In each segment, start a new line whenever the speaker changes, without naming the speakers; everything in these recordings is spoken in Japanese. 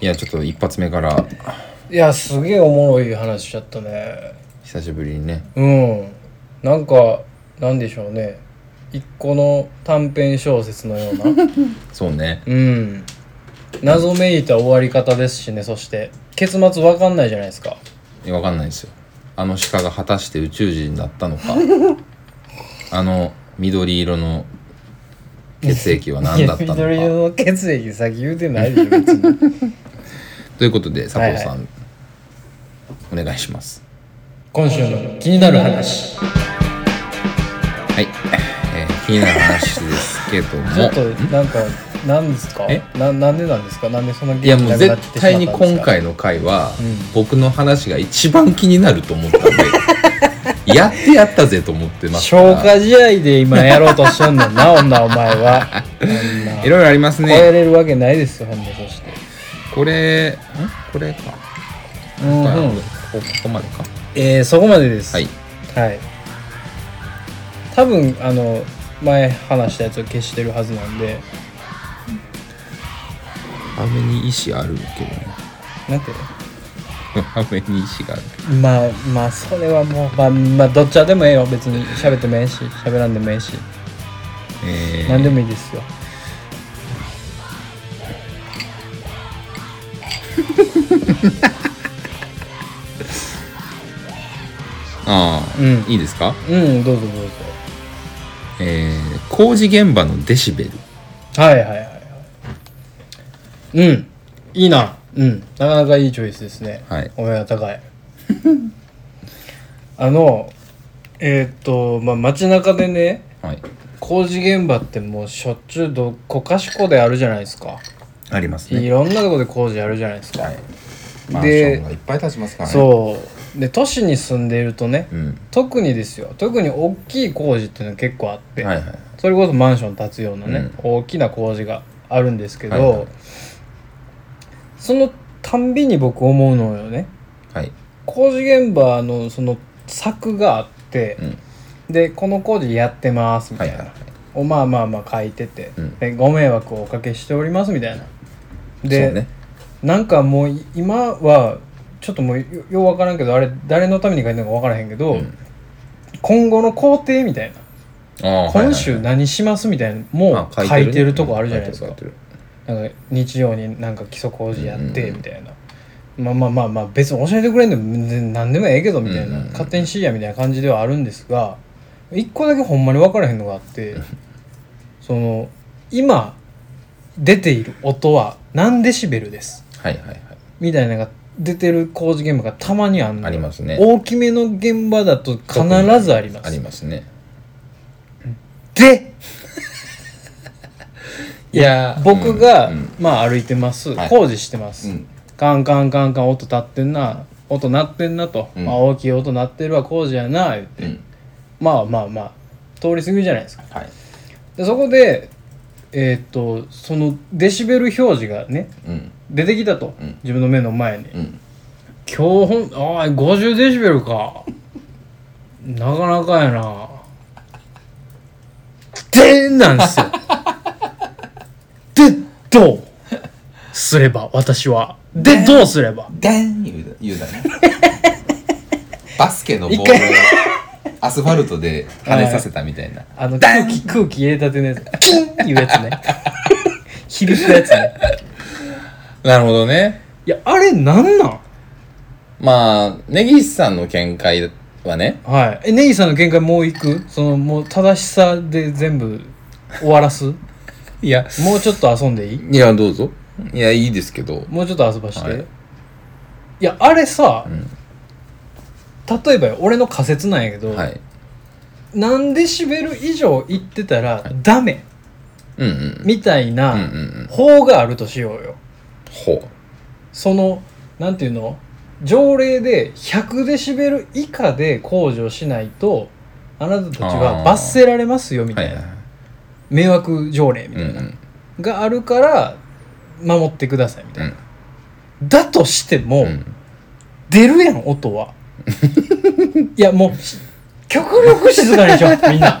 いやちょっと一発目から
いやすげえおもろい話しちゃったね
久しぶりにね
うんなんかなんでしょうね一個の短編小説のような
そうね
うん謎めいた終わり方ですしねそして結末わかんないじゃないですか
いやわかんないですよあの鹿が果たして宇宙人だったの かあの緑色の血液は何だったの
いや緑
か
色の血液さっき言うてないでしょ別に
ということで佐藤さん、
は
お願いします
今週の気になる話
はい、えー、気になる話ですけど
ちょ
も
っとなんかなんですか
え
ななんでなんですかなんでそんない元
や
気
もう
なくなって
絶
しまった
対
んで
に
すか
今回の回は、
うん
僕の話が一番気になると思ったん でやってやったぜと思ってますから
消化試合で今やろうとしとんねんな女お前は こんない
ろいろあります
超
ね
えれるわけないですよほんでそして
これんこれか
うん
こ
うん
ここまでか
えーそこまでです
はい、
はい多分あの前話したやつを消してるはずなんで
雨に石あるけどね
なんて
雨に石がある
まあまあそれはもうまあまあどっちでもええよ別に喋ってもええし喋らんでもええし
え
何
ー、
でもいいですよ
ああ、
うん
いいですか
うんどうぞどうぞ
えー、工事現場のデシベル
はいはいはいはいうんいいなうんなかなかいいチョイスですね
はい
お目が高い あのえーっとまあ街中でね
はい
工事現場ってもうしょっちゅうどこかしこであるじゃないですか
あります
い
ね
ろんなとこで工事やるじゃないですか、
はいマ
で
ンションがいっぱい立ちますからね
そうで都市に住んでいるとね、
うん
特にですよ特に大きい工事っていうのは結構あって、
はいはい
それこそマンション建つようなね、大きな工事があるんですけど、
はいはい
そのたんびに僕思うのよね
はい
工事現場のその柵があって
う、ん
でこの工事やってますみたいな、
はいはいはい
おまあまあまあ書いてて、
うん
でご迷惑をおかけしておりますみたいなで、
そうね
なんかもうい今はちょっともうよようわからんけどあれ誰のために書いてるのかわからへんけど、
うん
今後の工程みたいな
ああ
今週何しますみたいなもう書
あ
い
ね
てるとこあるじゃないです
書
か
てる
なんか日曜になんか基礎工事やっ
うんうん
て
うん
みたいな、まあまあまあまあ別に教えてくれんでも全然何でもええけどみたいな、
うんうんうん
勝手にしいやみたいな感じではあるんですが一個だけほんまに分からへんのがあってその今出ている音は何デシベルです
書いてるはいはいはい
みたいなのが出てる工事現場がたまにあんの
ありますね
大きめの現場だと必ずあります
ありますね
で
いや
僕が、
うんうん
まあ歩いてます、
はい
工事してます、
うん
カンカンカンカン音立ってんな音鳴ってんなと、
うん
まあ、大きい音鳴ってるわ工事やな言って、
うん
まあまあまあ通り過ぎるじゃないですか
はい
でそこでえーっとそのデシベル表示がね
うん
出てきたと、
うん
自分の目の前に、
うん
今日ほんああ50デシベルか なかなかやなでなんで すよでどうすれば私はでどうすれば
でん言うだ言うだ ねバスケのボールをアスファルトで跳ねさせたみたいな
あの空気空気入れたてのやつキンっていうやつ ね響くやつね
なるほどね
いやあれなんなん
まあ根岸さんの見解はね
はいえネギさんの見解もういくそのもう正しさで全部終わらす
いや
もうちょっと遊んでいい
いやどうぞいやいいですけど
もうちょっと遊ばして、
はい
い、やあれさ、
ん
例えばよ俺の仮説なんやけど、
はい
何デシベル以上行ってたらダメ
うんうん
みたい
うんうん
な
うん
法があるとしようよ
ほう
そのなんていうの条例で100デシベル以下で控除しないとあなたたちは
あー
罰せられますよみた
はいい
な、
はいはい
迷惑条例み
うん
た
う
いな、
ん
があるから守ってくださいみた
う
い
ん
な、だとして
う
も、
ん
出るやん 音はいやもうし極力静かにしようみんな っ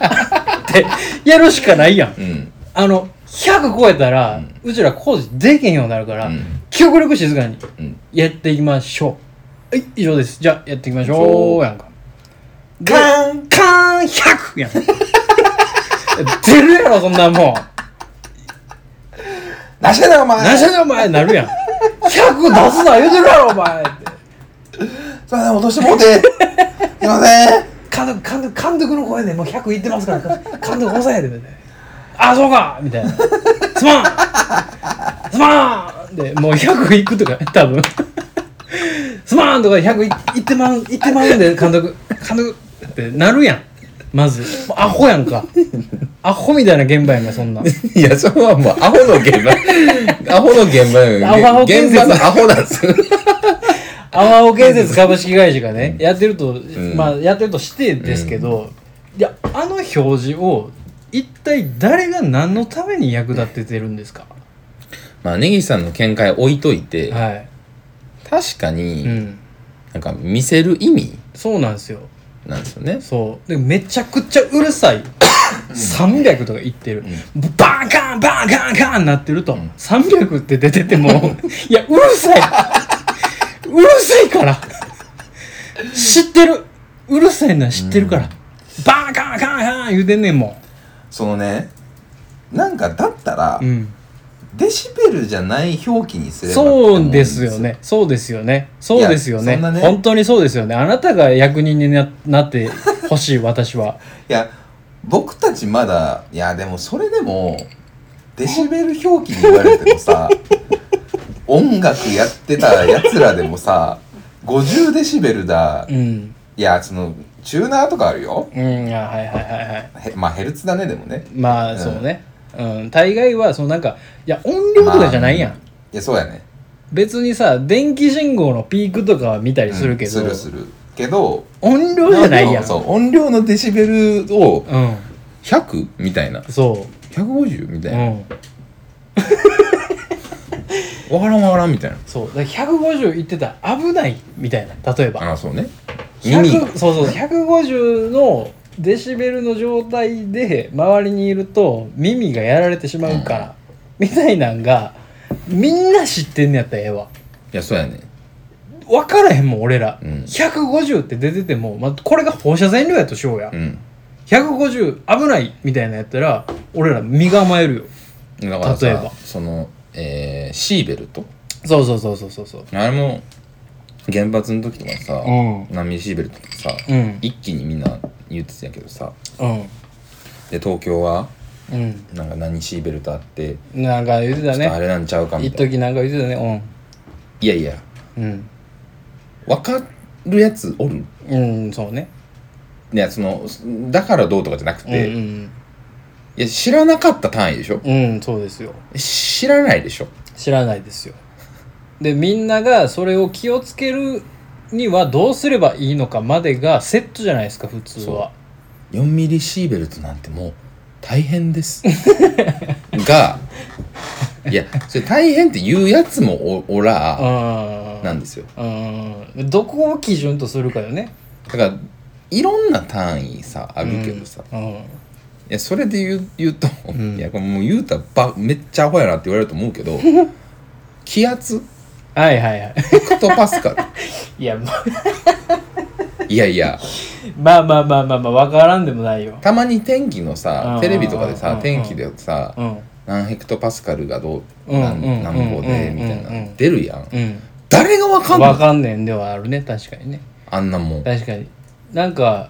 てやるしかないやん
うん
あの100超えたら、う
うん
ちら工事できへんようになるから、
うん
極力静かに
うん
やっていきましょう、はい以上ですじゃあやっていきましょうやんか
カーン
カーン100やん 出るやろそんなもん
なしだよお前
何しゃねんお前なるやん100出すな言うてるやろお前って
すいません落としてもうてすいません
監督監督監督の声でもう100いってますから監督抑えててあそうかみたいなすまんすまんでもう100いくとか多分すまんとか100いいってまういってまうんで監督監督ってなるやんまずもうアホやんかアホみたいな現場やんかそんない
や、そこはもうアホの現 場。アホの現場
アホア
よ。
ホ建
現
設
場のアホなんです。
阿波尾建設株式会社がねやってると、
ん
まあやってるとしてですけど、いやあの表示を一体誰が何のために役立ててるんですか、
まあ、根岸さんの見解置いといて、
は
確か
い、
に、
うん、
なんか見せる意味
そうなんですよ
なんですよね。
そうでめちゃくちゃうるさい300とか言ってる、バーンカーンバーンカーンカーンなってると、300って出てて もいやうるさいうるさいから知ってるうるさいのは知ってるから、バーンカーンカーンカーン言うてんねんも
そのね、なんかだったら
ん、うん、
デシベルじゃない表記にす
そうですよ。ねそうですよねそうですよ
い
ね
やそんなね
本当にそうですよねあなたが役人にななってほしい私はい
や、僕たちまだ、いや、でもそれでも、デシベル表記に言われても さ、音楽やってたやつらでもさ、50デシベルだ
う、ん
いや、その、チューナーとかあるよ。
うんあはいはいはいはい
へまあ、ヘルツだね、でもね。
ま
う
あ
ん
そうね、うん、大概はそのなんかいや音量とかじゃないやん、
まあいや、そうやね。
別にさ電気信号のピークとかは見たりするけど、
うんするする。けど、
音量じゃないやん
まあでもそう、音量のデシベルを
うん、
100みたいな。
そ
150み
う、
た
う
いな。
ん、
わからんわからんみたいな。
そうだから150いってたら危ないみたいな例えば
ああ、そうね。耳が
100そうそう150のデシベルの状態で周りにいると耳がやられてしまうから、みたいなんがみんな知ってんねやったらええわ
いや、そうやね。
分からへんもん俺ら、
うん
150って出てても、まあ、これが放射線量やとしようや、
うん。
150危ないみたいなやったら俺ら身構えるよ
だからさ
例えば
その、えーシーベルト
そうそうそうそうそうそう
あれも原発の時とかさ、
うん
波シーベルトとかさ、
うん
一気にみんな言ってたけどさ
うん
で東京は
うん
なんか何シーベルトあって、
なんか言ってた
ちょっとあ
ね
れなんちゃうかみ
一
たいな
時なんか言ってたね
いやいや
うん
分かるやつおる
うんうんそうね
いやそのだからどうとかじゃなくて、
う
い
ん
や知らなかった単位でしょ
うんうん、うん、そうですよ
知らないでしょ
知らないですよでみんながそれを気をつけるにはどうすればいいのかまでがセットじゃないですか普通は
4ミリシーベルトなんてもう大変ですがいやそれ大変って言うやつもおおら、
うん
なんですよ
うんどこを基準とするかよね
だからいろんな単位さあるけどさ、い
うん
やそれで言う言うと、
ん
いやこれもう言うたらばめっちゃアホやなって言われると思うけど気圧
はいはいはい
ヘクトパスカル
いやまあ
いやいや
まあまあまあまあまあわからんでもないよ
たまに天気のさ
うん
テレビとかで
うん
さ
うん
天気でさ
うん
何ヘクトパスカルがどう
うん
何
うん
何歩で
うん
みたい
うんう
なん出るやん
うん
誰がわかんな
わ
い
かんねんではあるね確かにね
あんなもん
確かになんか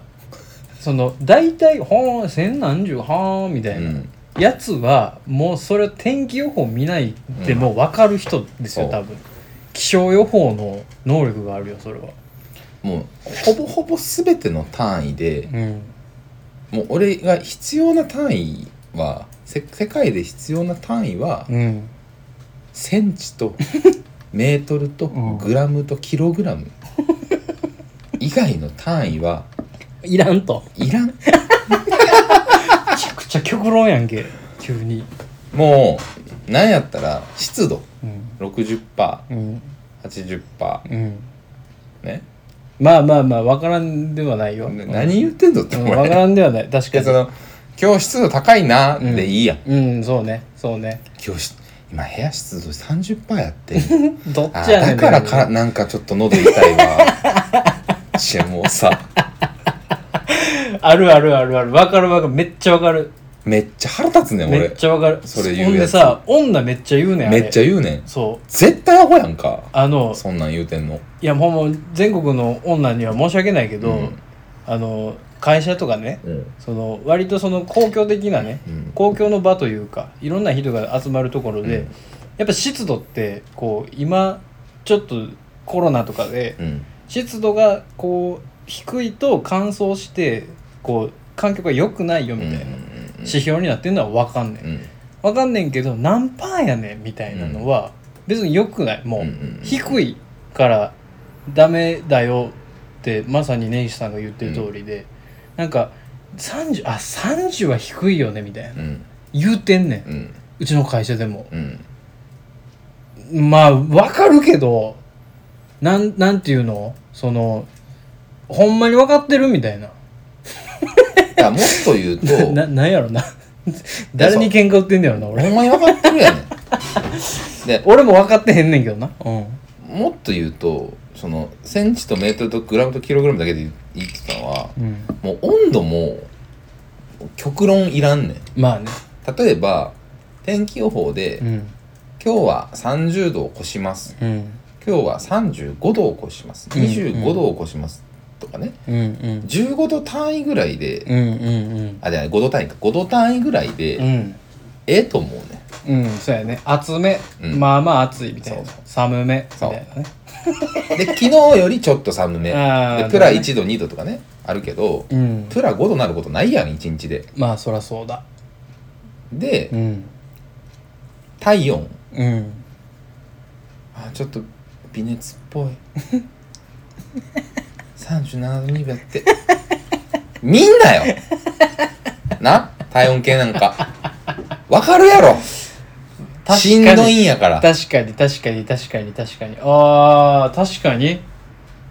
その大体「はあ千何十はあ」みた
う
いな、
ん
やつはもうそれ天気予報見ないでも分かる人ですよ、
そう
多分気象予報の能力があるよそれは
もうほぼほぼ全ての単位で
うん
もう俺が必要な単位はせ世界で必要な単位は
うん
センチ とメートルと
うん
グラムとキログラム以外の単位はい
らんと
いらん
めちゃくちゃ極論やんけ急に
もうなんやったら湿度
うんう
60%80%
んうん
ね
まあまあまあ分からんではないよ、
ね何言ってんのって
うん
思
分
う
か
やん
らんではない確
いやそ
か
の今日湿度高いなでいいやん、
にうんそうねそうね
今日し今部屋湿度30%やって
どっ
あ
ちやね
だ
ん
からかなんかちょっと喉痛いわ しもうさ
あるあるあるあるわかるわかるめっちゃわかる
めっちゃ腹立つねん
めっ
俺
ちゃわかる
それ言う
ほん
や
で
つ
さ女めっちゃ言うねんあれ
めっちゃ言うねん
そう
絶対アホやんか
あの
そんなん言うてんの
いやもう全国の女には申し訳ないけど、
うん
あの会社とかね
うん
その割とその公共的なね
うん
公共の場というかいろんな人が集まるところで、
うん
やっぱ湿度ってこう今ちょっとコロナとかで
うん
湿度がこう低いと乾燥してこう環境が良くないよ
うん
み
う
た
ん
いな、指標になってるのは分かんねん、
うん
分かんねんけど何パーやねんみたいなのは別に良くないもう、
うんうん
低いからダメだよってまさに根岸さんが言ってる通りで、なんか30あ30は低いよねみたいな
うん
言うてんねん
うん
うちの会社でも
うん
まあわかるけどなんなんていうのそのほんまに分かってるみたいな
だからもっと言うと
ななんやろな誰に喧嘩売ってんねやろな
ほ
俺
んまに分かってるやねん
俺も分かってへんねんけどなうん
もっと言うとそのセンチとメートルとグラムとキログラムだけで言ってたのは
うん
もう温度も極論いらんねん
まあね
例えば天気予報で、
うん
今日は30度を越します
うん
今日は35度を越します
うんうん
25度を越します、とかね
うんうん
15度単位ぐらいで、
うんうん
あじゃない5度単位か5度単位ぐらいで、
うんうん
ええと思うね
うん、そうやね。厚め、
うん
まあまあ暑いみたいな
そう。
寒め、みたいなね。
で昨日よりちょっと寒め
あー
でプラ
だね
1度2度とかねあるけど
うん。
プラ5度なることないやん1日で
まあそらそうだ。
で
うん。
体温
うん。
あちょっと微熱っぽい37度2分やってみんなよな体温計なんかわかるやろ
かに
しんどいんやから
確かに確かに確かに確かに。ああ、確かに。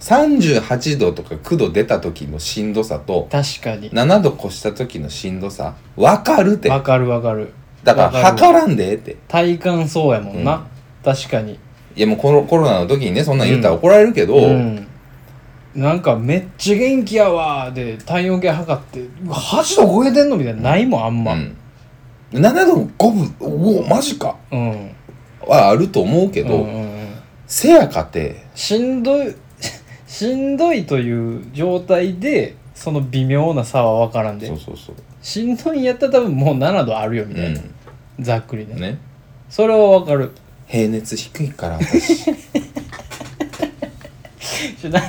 38度とか9度出た時のしんどさと
確かに。
7度越した時のしんどさわかるって
わかるわかる。
だから
わかる
測らんでええって
体感そうやもんな。確かに。
いやもうコロコロナの時にねそんなん言ったら怒られるけど、
うん。なんかめっちゃ元気やわーで体温計測ってうわ8度超えてんのみたいなないもんあんま、うん
うん、7度5分おおマジか
うん
はあると思うけど、
うんうん、
せやかて
しんどい しんどいという状態でその微妙な差は分からんで
そうそうそう、
しんどいんやったら多分もう7度あるよみたいな、
う
ざっくりね
んね
それは分かる
平熱 低いから私
ちょなんか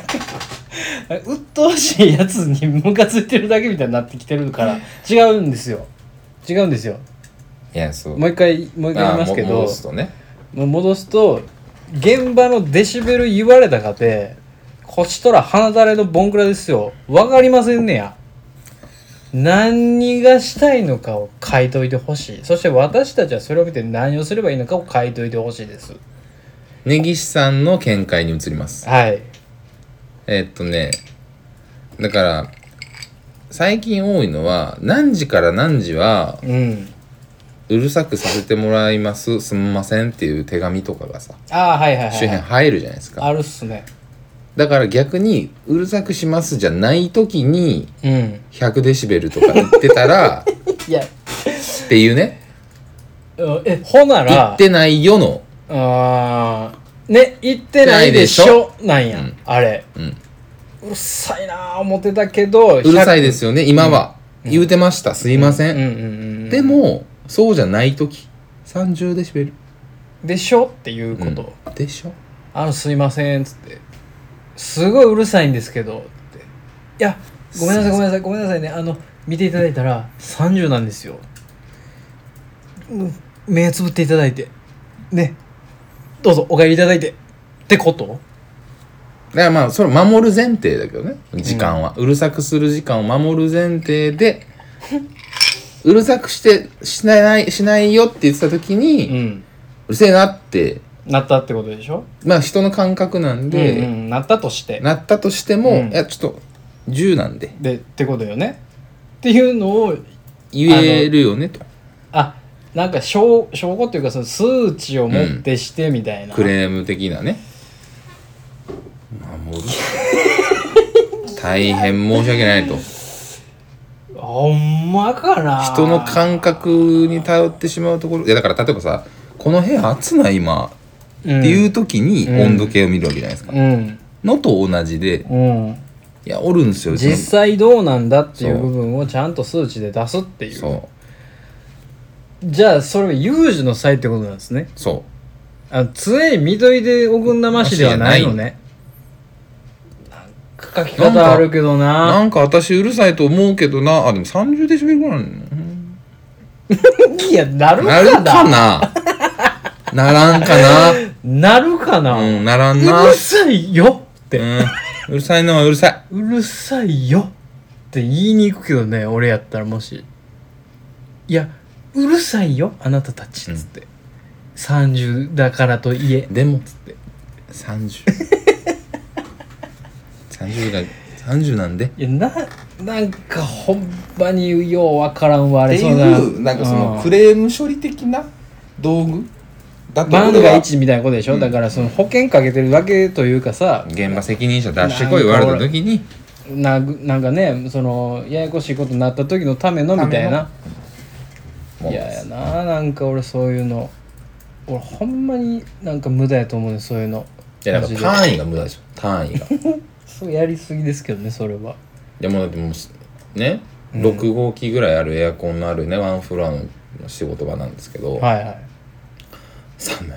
鬱陶しいやつにムカついてるだけみたいになってきてるから違うんですよ違うんですよ
いやそう
もう一回もう一回言いますけ
ああも
ど
戻すとね
もう戻すと現場のデシベル言われたかてこちとら鼻だれのボンクラですよわかりませんねや何がしたいのかを書いといてほしいそして私たちはそれを見て何をすればいいのかを書いといてほしいです
根岸さんの見解に移ります
はい
えっとねだから最近多いのは何時から何時は
うん
うるさくさせてもらいますすみませんっていう手紙とかがさ
ああはいはいは
周
い、
辺入るじゃないですか
あるっすね
だから逆にうるさくしますじゃない時に
うん
100デシベルとか言ってた ら
いや
っていうね
うんえほな
言
ら
ってないよの
あーね行ってないでしょなんや、
うん
あれ、
うん
うるさいなあ思ってたけどう
うるさいですよね今は、言うてましたすいません、
うんうんうんうん、
でもそうじゃない時30デシベル
でしょっていうこと、
うんでしょ
あのすいませんっつってすごいうるさいんですけどっていやごめんなさいごめんなさいごめんなさいねあの見ていただいたら30なんですようん目つぶっていただいてねどうぞお帰りいただいてってこと
だからまあそれ守る前提だけどね時間は、うるさくする時間を守る前提で うるさくしてしないしないよって言ってた時に、う
うん
るせえなって
なったってことでしょ
まあ人の感覚なんで、
うんうん、なったとして
なったとしても、
うん
いやちょっと10なんで
でってことよねっていうのを
言えるよねと
あなんか証証拠っていうかその数値を持ってしてみたいな、
クレーム的なねまあもう大変申し訳ないと
ほんまかな
人の感覚に頼ってしまうところいやだから例えばさこの部屋暑ない今
って
っていう時に
うん
温度計を見るわけじゃないですか、
うん、
のと同じで
うん
いやおるんですようちの
実際どうなんだっていう
そう
部分をちゃんと数値で出すっていう
そう
じゃあそれは有事の際ってことなんですね
そ
あの常に緑でおぐんなましではないのねなんか書き方あるけど
う
な
なんか私うるさいと思うけどなあでも30デシベルぐらいなのうん
いやなる
な
か
る
な
かなならんか な
なるかな、
うんならんな
うるさいよって、
うん、うるさいのはうるさいう
るさいよって言いに行くけどね俺やったらもしいやうるさいよあなたたちっつって、30だからといえ
でもつって3030 が30なんで
いやななんかほんまにようわからんわあ
っ
れ
ていうなんかそのク
レ
レーム処理的な道具だと
万
俺
が
は
一みたいなことでしょ、
うん
だからその保険かけてるだけというかさ
現場責任者出してこい言われた時に
ななんかねそのややこしいことになった時のためのみたいな
もう
いややななんか俺そういうの俺ほんまになんか無駄やと思うねそういうの
いやだから
マジ
単
で
位が無駄でしょ単位が い
そうやりすぎですけどねそれは
やもうだってもうね6号機ぐらいあるエアコンのあるねワンフロアの仕事場なんですけど、
はいはい
寒い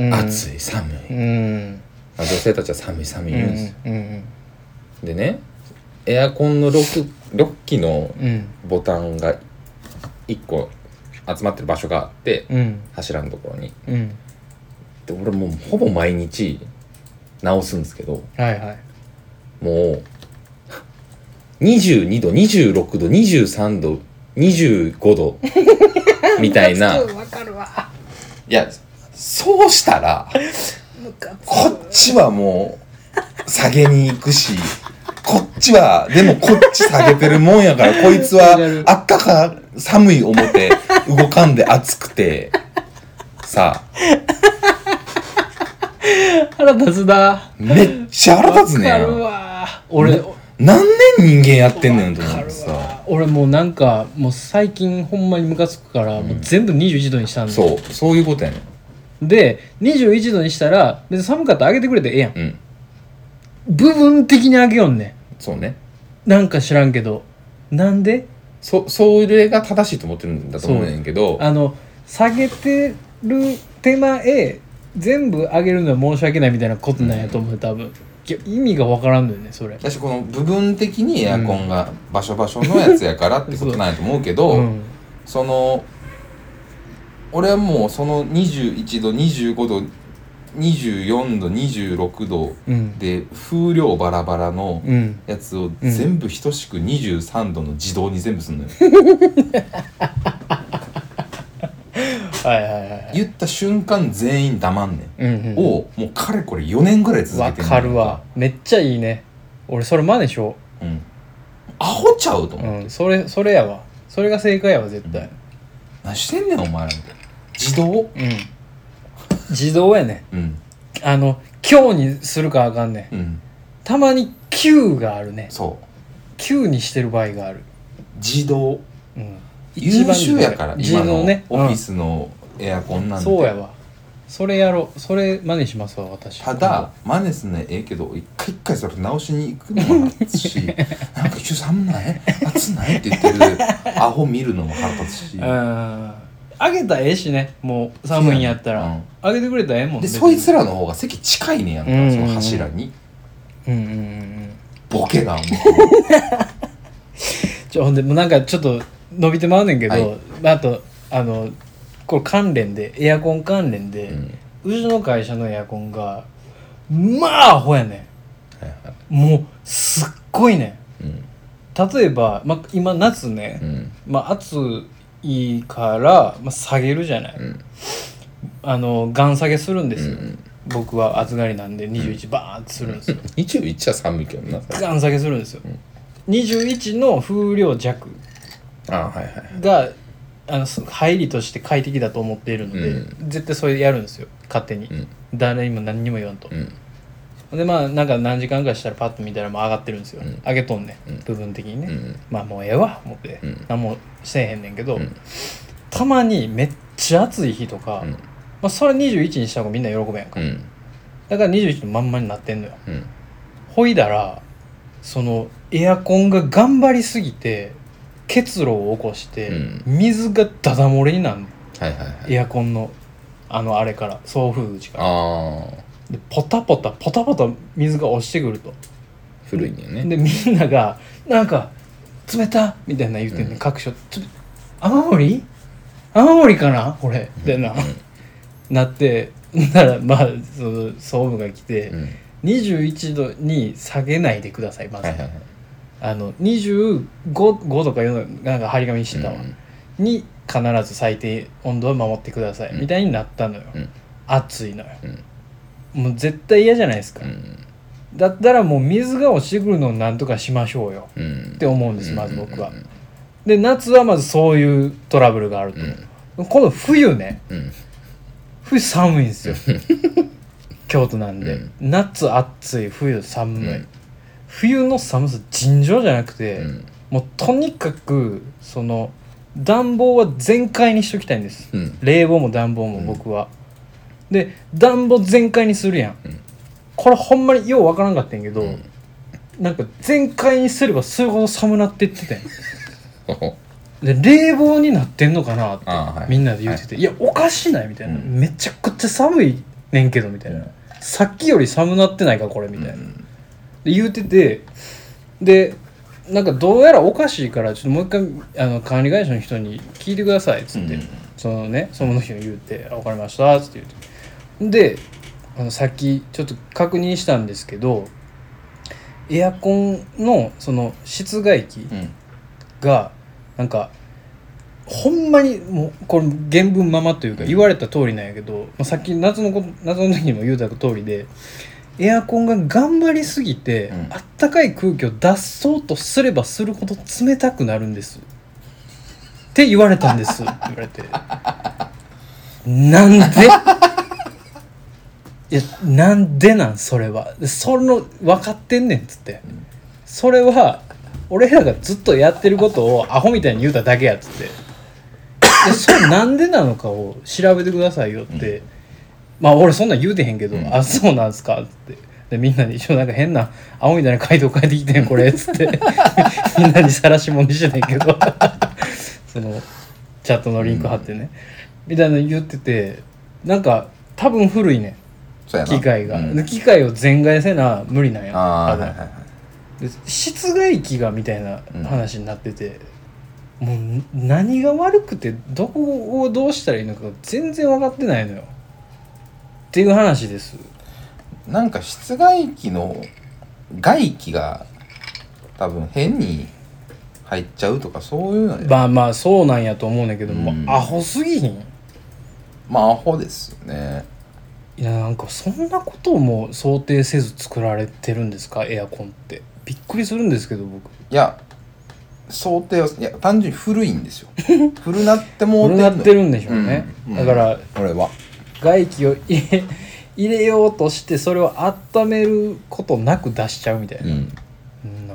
うん
暑い寒い、
うん
あ女性たちは寒い寒
う
い
ん
言うんですよ、
うん
でねエアコンの 6, 6機の
うん
ボタンが1個集まってる場所があって、
うん
柱のところに
うん
で俺もうほぼ毎日直すんですけど
は いはい
もう22度26度23度25度 みたいない
わかるわ
やそうしたら
ムカつ
こっちはもう下げに行くしこっちはでもこっち下げてるもんやからこいつはあったか寒い思て動かんで暑くてさあ
腹立つな
めっちゃ腹立つね
わか
ん
るわ俺わ
何年人間やってんねんと思
か
っ
る
てさ
わ俺もうなんかもう最近ほんまにムカつくから、もう全部21度にしたんで
そうそういうことやねん
で21度にしたら別に寒かったら上げてくれてええやん
うん
部分的に上げよんね
そうね
んなんか知らんけどなんで
そそれが正しいと思ってるんだと思うねんけど
あの下げてる手前全部上げるのは申し訳ないみたいなことなんやと思う多分いや意味がわからんのよねそれ
私この部分的にエアコンが場所場所のやつやからってことなんやと思うけど、
うん
その俺はもうその21度25度24度26度
うん
で風量バラバラの
うん
やつを全部等しく23度の自動に全部すんのよ、
はいはいはいはい
言った瞬間全員黙んねん、
うんうん
をもうかれこれ4年ぐらい続け
わ
てんの
かるわめっちゃいいね俺それ真似しよ
うんアホちゃうと
う、う
思って、
ん、それそれやわそれが正解やわ絶対
何してんねんお前らみたいな自動
うん、自動やね
うん
あの強にするかあかんねん
うん
たまに9があるね
そう
9にしてる場合がある、
自動
うん、一
優
番
秀やから
自
今
動
の
ね
オフィスのエアコンなんて、
そうやわそれやろうそれ真似しますわ私
ただマネすんのはええけど一回一回それ直しに行くのも腹立つしなんか一緒寒ない暑ないって言ってるアホ見るのも腹立つし、
うんあげたらええしねもう寒いんやった
そうや
ら
ね
あ、げてくれたらええもん
でそいつ
ら
らの方が席近いねやんか、
うんうんうん
その柱に
うんうんうんうん
ボケがもう
ちょほんでもうなんかちょっと伸びてまうねんけど、
はい
まあ、あとあのこれ関連でエアコン関連で、
うん
うちの会社のエアコンがまあアホやね
はいはい
んもうすっごいね
うん
ん例えば、まあ、今夏ね
う、ん
まあ、暑いから、まあ、下げるじゃない、
ん
あのガン下げするんですよ、
うん
僕は暑がりなんで21バーンってするんですよ、
21は寒いけどなあ
ガン下げするんですよ、21の風量弱
あはいはい
があのす入りとして快適だと思っているので、
う
絶対それやるんですよ勝手に、
うん
誰にも何にも言わんと
う、ん
でまあなんか何時間かしたらパッと見たらもう上がってるんですよ、
うん
上げとんね、
うん
部分的にね、
うん
まあもうええわ思って、
うん
何もせえへんねんけど、
うん
たまにめっちゃ暑い日とか、
うん
まあ、それ21にした方がみんな喜ぶやんか、
うん
だから21のまんまになってんのよ
うん
ほいだらそのエアコンが頑張りすぎて結露を起こして、
うん
水がダダ漏れになるの
はいはいはい
エアコンのあのあれから送風口から
ああ
でポタポタポタポタ水が落ちてくると
古いんだよね
でみんなが「なんか冷た!」みたいな言うてんね、
うん
各所「ちょっと雨漏り雨漏りかなこれ」みたいな、なってならまあその総務が来て、
うん
21度に下げないでくださいまず、
はいはいはい
あの25 5とかいうのなんか張り紙してたわ、
うん
に必ず最低温度は守ってください、
うん
みたいになったのよ、
うん
暑いのよ
うん
もう絶対嫌じゃないですか、
うん
だったらもう水が落ちてくるのをなんとかしましょうよ
うん
って思うんですまず僕は
うん
で夏はまずそういうトラブルがあると、今度冬ね
うんうん
冬寒いんですよ 京都なんで、
うん
夏暑い冬寒い、
うん
冬の寒さ尋常じゃなくて、
うん
もうとにかくその暖房は全開にしときたいんです
うん
冷房も暖房も僕は、で暖房全開にするやん、
うん
これほんまにようわからんかったんやけど、
うん
なんか全開にすればするほど寒なってってたやん
ほほ
で冷房になってんのかなって
あーはい
みんなで言ってて、い、やおかしないみたいな、
うん
めちゃくちゃ寒いねんけどみたいな、
うん
さっきより寒なってないかこれみたいな、
うん
で言うててでなんかどうやらおかしいからちょっともう一回あの管理会社の人に聞いてくださいっつって、
うん
そのねその人に言うて「あわかりました」っつって言うてであのさっきちょっと確認したんですけどエアコンのその室外機
うん
がなんかほんまにもうこれ原文ままというか
うん
言われた通りなんやけど、まあ、さっき夏のこ夏の時にも言うた通りでエアコンが頑張りすぎて、
うん
あったかい空気を出そうとすればするほど冷たくなるんですって言われた んですって言われてなんでいやなんでなんそれはでその分かってんねんっつって、
ん
それは俺らがずっとやってることをアホみたいに言うただけやっつってでそれなんでなのかを調べてくださいよって、まあ俺そんなん言うてへんけど、
うん
あそうなんすかっつってでみんなで一応なんか変なアホみたいな回答書いてきてんこれっつって みんなに晒しもにしてんけど そのチャットのリンク貼ってね、みたいなの言っててなんか多分古いねん
そうやな
機械が、
うん
で機械を全外せな無理なんや
ああ
多
ー
分
はいはいはい
で室外機がみたいな話になってて、もう何が悪くてどこをどうしたらいいのか全然分かってないのよっていう話です
なんか室外機の外気が多分変に入っちゃうとかそういうので
まあまあそうなんやと思うんだけど、もう
うん
アホすぎひん
まあアホですよね
いやなんかそんなことをもう想定せず作られてるんですかエアコンってびっくりするんですけど僕
いや想定はいや単純に古いんです よ古なってもう
これ
んの
な
よ
ってるんでしょうね、
うん
だから
俺は
外気を入れ 入れようとしてそれを温めることなく出しちゃうみたいな、
うん
うんな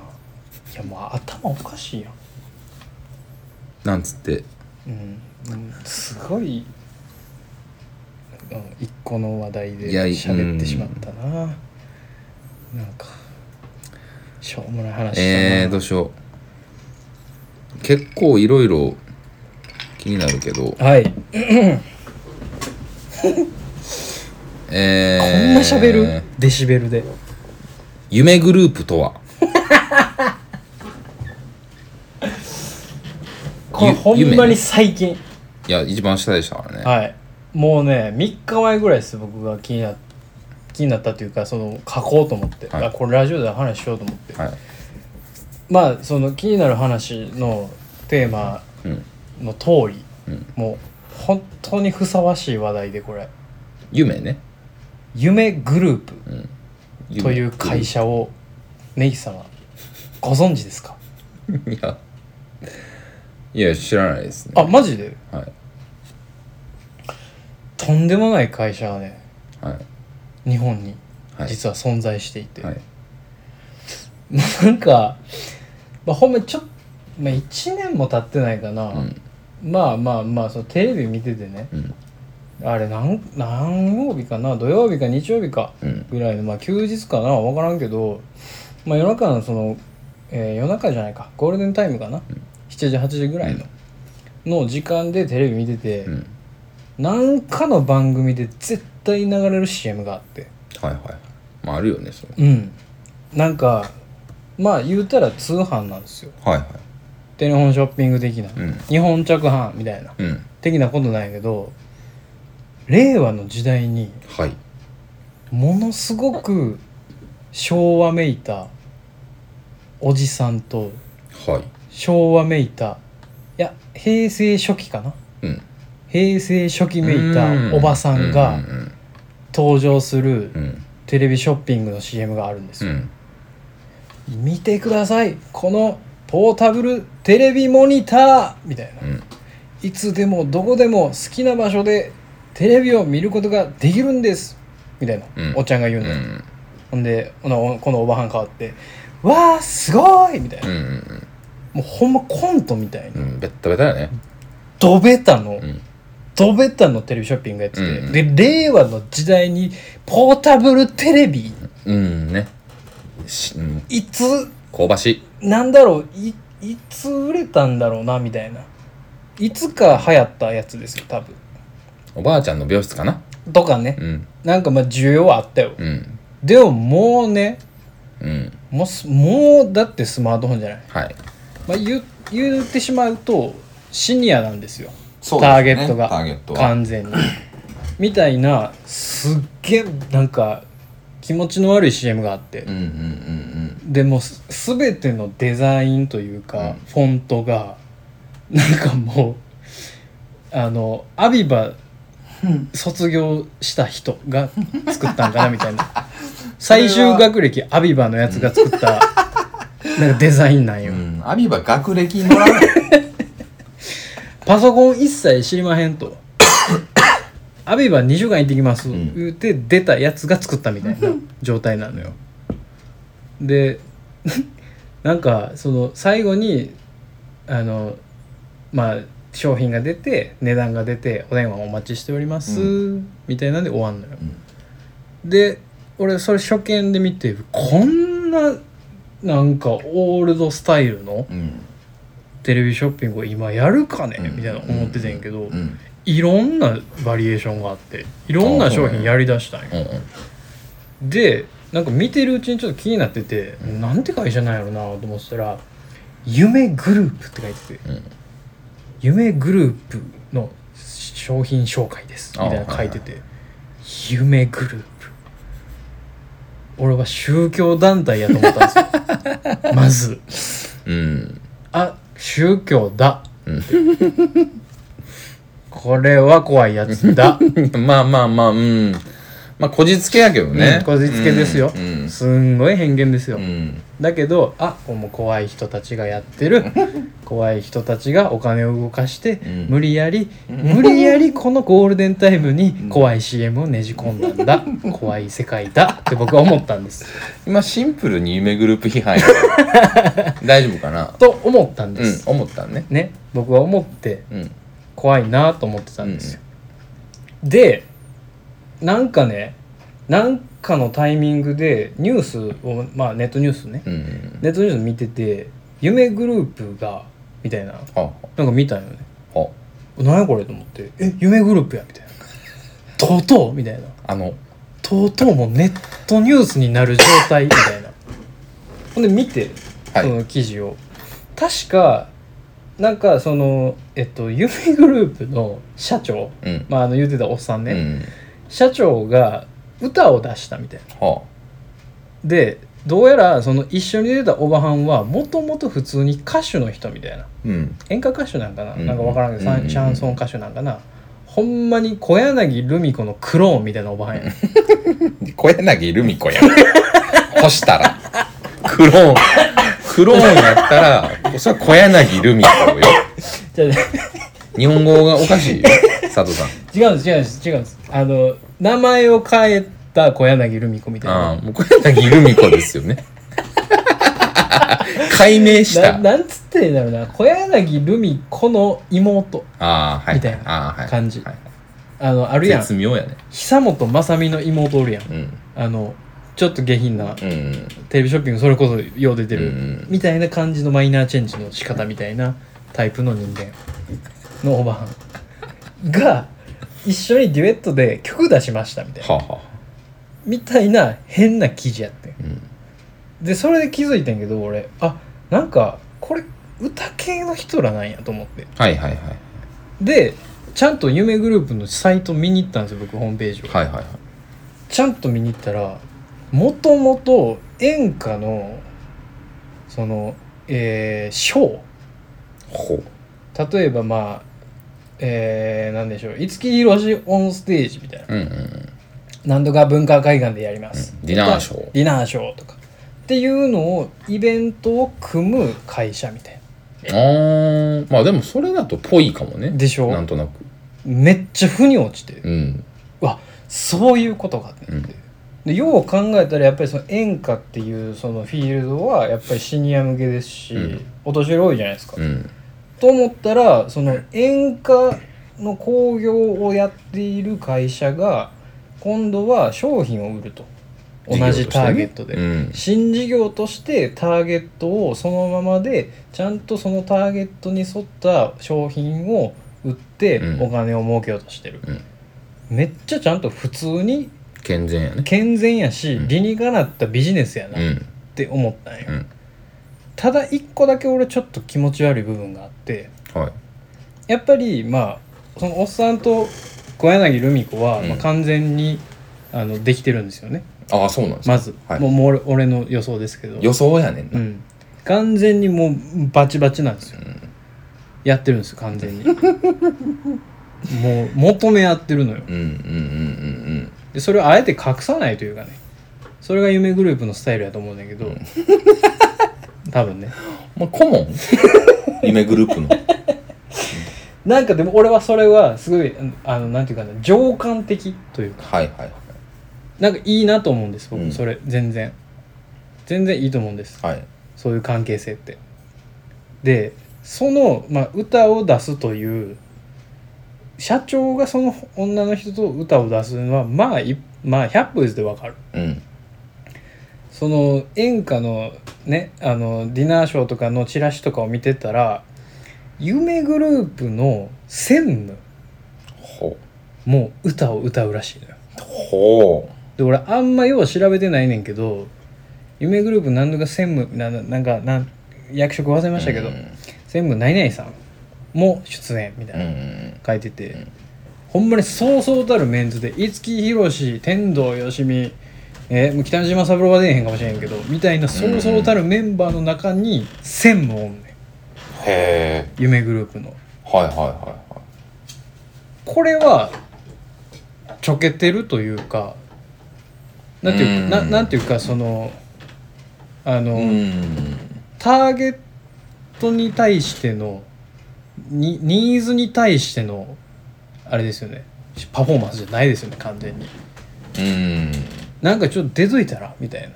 いやもう頭おかしいやん、
なんつって
うんうん、すごい、うん、一個の話題で
いやい
喋ってしまったななんかしょうもない話したな、
えー、どうしよう結構いろいろ気になるけど
はい、
えー、
こんな喋るデシベルで
夢グループとは
これほんまに最近
いや一番下でしたからね
はいもうね3日前ぐらいです僕が気にな気になったというかその書こうと思って、
はい
あこれラジオで話しようと思って、
はい
まあその気になる話のテーマ
うん
の通り、
うん
もう本当にふさわしい話題でこれ
夢ね
夢グループ
夢
という 会社をネイキ様ご存知ですか
いやいや知らないですね
あマジで
はい
とんでもない会社がね
はい
日本に
はい
実は存在していて、
はい
なんか、まあ、ほんまにちょっまあ、1年も経ってないかな、
うん
まあまあまあそのテレビ見ててね
うん
あれなん何曜日かな土曜日か日曜日か
うん
ぐらいの、まあ、休日かな分からんけど、まあ、夜中のその、えー夜中じゃないかゴールデンタイムかな、7時8時ぐらいの、の時間でテレビ見てて、
うん
なんかの番組で絶対流れる CM があって
はいはいまああるよねそれ
うんなんかまあ言うたら通販なんですよ
はいは
テレフォンショッピング的な、
いうん
日本着販みたいな
うん
的なことなんやけど令和の時代に
はい
ものすごく昭和めいたおじさんと
はい
昭和めいたいや平成初期かな
うん
平成初期めいたおばさん
う
が
ん
登場する
うんうん
テレビショッピングの CM があるんです
う
よ、
ん
見てくださいこのポータブルテレビモニターみたいな
うんうん
いつでもどこでも好きな場所でテレビを見ることができるんですみたいな、
うん
おっちゃんが言うん
う
だよ、
ん
ほんでこのこのおばはん変わって「わあすごい!」みたいな、
うん
もうほんまコントみたいな、
うんベッタベタやね
ドベタの、
うん
ドベタのテレビショッピングやってて、
うん
で令和の時代にポータブルテレビ
うんねしうん
いつ
香ばしい
なんだろういいつ売れたんだろうなみたいないつか流行ったやつですよ多分
おばあちゃんの病室かな
とかね
うん
なんかまあ需要はあったよ
うん
でももうね
うん
もうすもうだってスマートフォンじゃない、
はい
まあ、言う言ってしまうとシニアなんですよ
そうですね
ターゲットが
ターゲットは
完全にみたいなすっげえなんか気持ちの悪い CM があって、
うんうんうん
でもうす全てのデザインというか、
うん
フォントがなんかもうあのアビバ
うん
卒業した人が作ったんかなみた いな最終学歴アビバのやつが作ったなんかデザインなんよ、
うんアビバ学歴に乗らない
パソコン一切知りまへ んとアビバ20巻行ってきます、
ん
言うて出たやつが作ったみたいな状態なのよで なんかその最後にあのまあ商品が出て値段が出てお電話お待ちしております、みたいなんで終わんのよ、で俺それ初見で見てこんななんかオールドスタイルの
うん
テレビショッピングを今やるかね、
うん
みたいな思ってたんやけど、
うん
いろんなバリエーションがあっていろんな商品やりだしたん
う
よ
んうん
でなんか見てるうちにちょっと気になってて、なんて会社なんやろなと思ってたら「夢グループ」って書いてて「
うん
夢グループの商品紹介です」みたいなの書いてて「夢グループ」俺は宗教団体やと思ったんです よまず
うん
あ宗教だ
うん
これは怖いやつだ
まあまあまあ、うん。まあ、こじつけやけどね
う。んこじつけですよ、
うん。
すんごい偏見ですよ、
うん。
だけどあこうもう怖い人たちがやってる怖い人たちがお金を動かして、
うん
無理やり、
うん
無理やりこのゴールデンタイムに
ん
怖い CM をねじ込んだんだ怖い世界だって僕は思ったんです
今、シンプルに夢グループ批判や 大丈夫かな
と思ったんで
うん、
す、
思ったね。
ね僕は思って
うん。
怖いなと思ってたんですよ、でなんかねなんかのタイミングでニュースをまあネットニュースね、
うん。うん。
ネットニュース見てて「夢グループが」みたいな
は
なんか見たんよね
あ、は
何やこれと思って「え夢グループや」みたいな「とうとう」みたいな
あ、あの、
「とうとう」もうネットニュースになる状態みたいなほんで見て
はい
その記事を、確かなんかそのえっと夢グループの社長
うん。
まああの言ってたおっさんね、
うん。
社長が歌を出したみたいな
は
でどうやらその一緒に出たおばはんはもともと普通に歌手の人みたいな
あ。うん。
演歌歌手なんかな、
うん
なんか分からんけど、
うんうんうん
シャンソン歌手なんかなほんまに小柳ルミ子のクローンみたいなおばはん やね
小柳ルミ子 やん。干したら。クローン。クローンやったら、それは小柳ルミ子よ。
じゃあね
日本語がおかしい佐藤さん
違うんです違うんです違うんですあの名前を変えた小柳ルミ子みたい
あ
な
あもう小柳ルミ子ですよ ね解明した
ななんつってんだろうな小柳ルミ子の妹
ああはい
みたいな
あーはい
感じ
はい
あのあるやん
絶妙やね
久本雅美の妹おるやん
うん
あのちょっと下品な
うんうん
テレビショッピングそれこそよう出てる、
うん
みたいな感じのマイナーチェンジの仕方みたいなタイプの人間のおばはんが一緒にデュエットで曲出しましたみたいな
はあはあ
みたいな変な記事やってん
うん
でそれで気づいてんけど俺あなんかこれ歌系の人らなんやと思って
はいはいはい
でちゃんと夢グループのサイト見に行ったんですよ僕ホームページを、
はいはいはい
ちゃんと見に行ったらもともと演歌のそのえー、賞
ほう
例えばまあえー、なんでしょう五木ひろしオンステージみたいな
うんうんうん
何度か文化会館でやります、
ディナーショー
ディナーショーとかっていうのをイベントを組む会社みたい
ああまあでもそれだとぽいかもね
なでしょ
なんとなく
めっちゃ腑に落ちて、
うん
わそういうことかって、
うん
でよう考えたらやっぱりその演歌っていうそのフィールドはやっぱりシニア向けですし、
うん
お年寄り多いじゃないですか、
うん
と思ったらその演歌の興行をやっている会社が今度は商品を売ると同じターゲットで、
うん
新事業としてターゲットをそのままでちゃんとそのターゲットに沿った商品を売って
うん
お金を儲けようとしてる、
うん
めっちゃちゃんと普通に
健全やね
健全やし、
うん
理にかなったビジネスやなっ
うん
て思ったんよ、
うん
ただ一個だけ俺ちょっと気持ち悪い部分があって
はい
やっぱりまあそのおっさんと小柳ルミ子は、
うん
まあ、完全にあのできてるんですよね
ああそうなんですか
まず、
はい
もうもう俺俺の予想ですけど
予想やねん
う、
なん
完全にもうバチバチなんですよ、やってるんですよ完全に もう求め合ってるのよ
うんうんうんうん
でそれをあえて隠さないというかねそれが夢グループのスタイルやと思うんだけど、多分ね
うんまあ顧問 夢グループの
なんかでも俺はそれはすごいあのなんていうかな情感的というか
はいはい
なんかいいなと思うんで
う
す僕
ん
それ、全然全然いいと思うんです
はい
そういう関係性ってでその、まあ、歌を出すという社長がその女の人と歌を出すのはまあいまあ100分でわかる
うん
その演歌のねあのディナーショーとかのチラシとかを見てたら夢グループの専務
ほ
も歌を歌うらしいのよ
うほ
で俺あんまよう調べてないねんけど夢グループ何度か専務なななんかなん役職忘れ
う
ましたけど、
うん
専務何々さんも出演みた
う
いな、
ん
書いてて、
ん
ほんまにそうそうたるメンズで五木ひろし天童よしみえーもう北島三郎は出えへんかもしれんけどみたいなそうそうたるメンバーの中に専務おんねん
へえ
夢グループの
はいはいはいは
これはちょけてるというかなんていううんかななんていうかそのあの、
いうん
ターゲットに対してのにニーズに対してのあれですよねパフォーマンスじゃないですよね完全に
うん
なんかちょっと出づいたらみたいな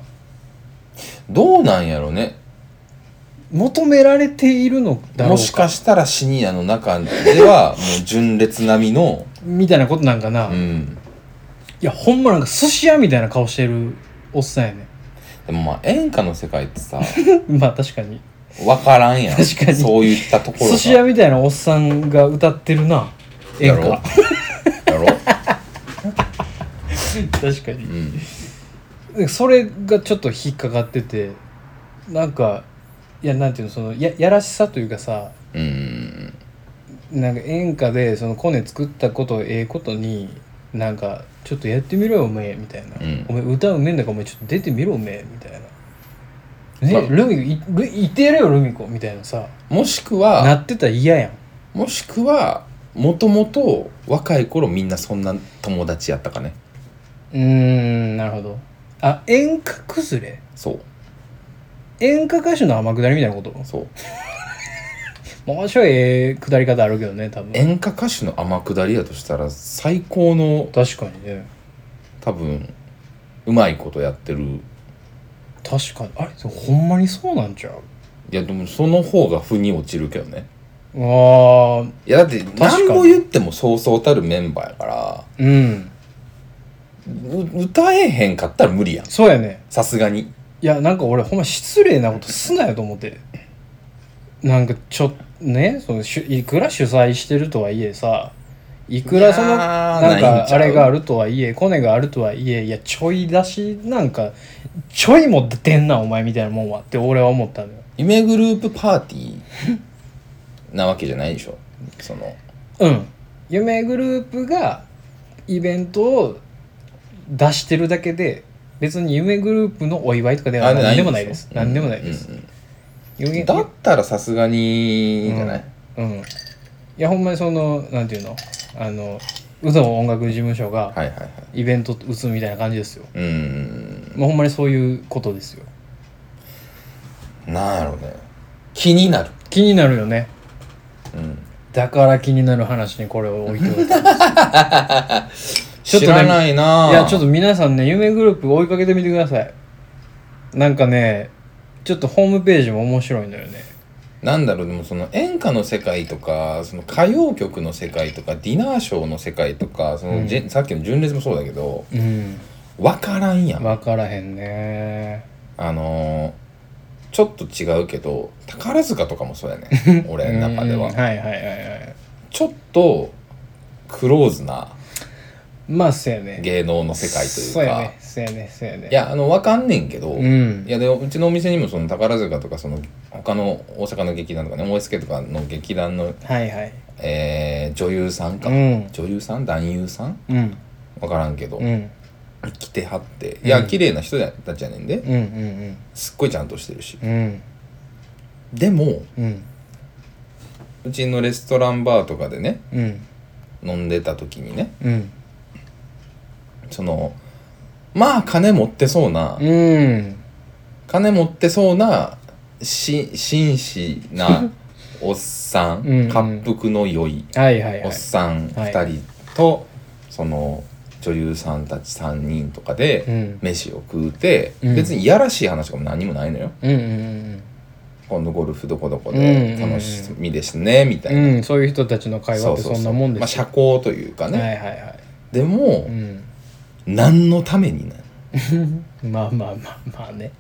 どうなんやろね
求められているのだろ
も
う
し
か
かしたらシニアの中ではもう純烈並みの
みたいなことなんかな、
う
い
ん
やほんまなんか寿司屋みたいな顔してるおっさんやね
でもまあ演歌の世界ってさ
まあ確かに
分からんやん
確かに
そういったところ
寿司屋みたいなおっさんが歌ってるな演
やろ
歌
やろ
確か
う
に
ん
でそれがちょっと引っかかっててなんかいやなんていうのそのややらしさというかさ
うん
なんか演歌でそのコネ作ったことええことになんかちょっとやってみろよおめえみたいな、
うん
お前歌うめえんだからお前ちょっと出てみろおめえみたいな。ね、
まあ
ルミ子いルいてやれよルミ子みたいなさ
もしく
な
は
ってたら嫌やん
もしくはもともと若い頃みんなそんな友達やったかね
うーんなるほどあ演歌崩れ
そう
演歌歌手の天下りみたいなこと
そう
もうちょいええ下り方あるけどね多分
演歌歌手の天下りやとしたら最高の
確かにね
多分うまいことやってる
確かにあれでもほんまにそうなんちゃう
いやでもその方が腑に落ちるけどね
ああ
いやだって
か
何
に
も言ってもそうそうたるメンバーやから
うん
う歌えへんかったら無理やん
そうやね
さすがに
いやなんか俺ほんま失礼なことすなよと思ってなんかちょねそのしゅいくら主催してるとはいえさいくらその
いやー
なん
ないん
か
ちゃ
あ
う
れがあるとはいえコネがあるとはいえいやちょい出しなんかちょいも出てんなお前みたいなもんはって俺は思ったのよ
夢グループパーティ ーなわけじゃないでしょその
うん夢グループがイベントを出してるだけで別に夢グループのお祝いとかでは
あ
何でもないです
うん
何でもないです
うんうん
夢
だったらさすがにじゃない、
うんいやほんまにそのなんていうのあのうどん音楽事務所が
はいはいはい
イベント打つみたいな感じですよ、
うー
もうほんまにそういうことですよ
んなんやろうね気になる、
気になるよね
うん、
だから気になる話にこれを置いておいたいちょっ
知
とね
らないな
やちょっと皆さんね夢グループ追いかけてみてくださいなんかねちょっとホームページも面白いのよね
なんだろうでもその演歌の世界とかその歌謡曲の世界とかディナーショーの世界とかその、じさっきの純烈もそうだけど
うん
分からんやん、
分からへんね
あのーちょっと違うけど宝塚とかもそうやね 俺の中で
う
は
んはいはいはいはい
ちょっとクローズな
まあそうやね
芸能の世界という
そうや
か
ねそうやねそうやね
いやあの分かんねんけど、
うん
いやでうちのお店にもその宝塚とかその他の大阪の劇団とかね OSK とかの劇団の、
はいはい
えー女優さんか、
うん
女優さん男優さん
うん
分からんけど、
うん
来てはって
うん
いや綺麗な人たちやねんで
うんうん
すっごいちゃんとしてるし
うんうん
でも
うん
うちのレストランバーとかでね
うん
飲んでた時にね
うん
そのまあ金持ってそうな、
うん
金持ってそうなし紳士 なおっさん
うんうん
滑覆の良い
はいはい
お
はい
っさん
はい
2人と、その女優さんたち3人とか
う
で
ん
飯を食うて、
うん
別にいやらしい話とかも何もないのよ。
うんうん
今度ゴルフどこどこ
うんうん
で
うん
楽しみですね、みたい
うん
な。
うんそういう人たちの会話ってそんなもん
ま
で
あ
す
社交というか
は
ね、
いはいはい
で
う
も、
ん
何のためになん
まあまあまあまあね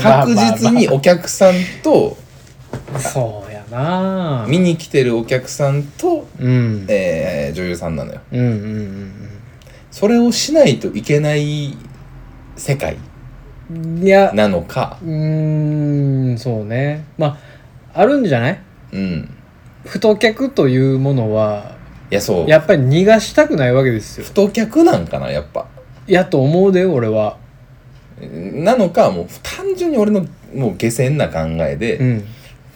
確実にお客さんと
まあまあまあそうやな
見に来てるお客さんと、
うん
えー女優さんなのよ
うんうんうん
それをしないといけない世界
うんいや
なのか
うーんそうねまああるんじゃない
うん
太客というものはい
やそう
やっぱり逃がしたくないわけですよ
太客なんかなやっぱ
やと思うで俺は
なのかもう単純に俺のもう下船な考えで、
うん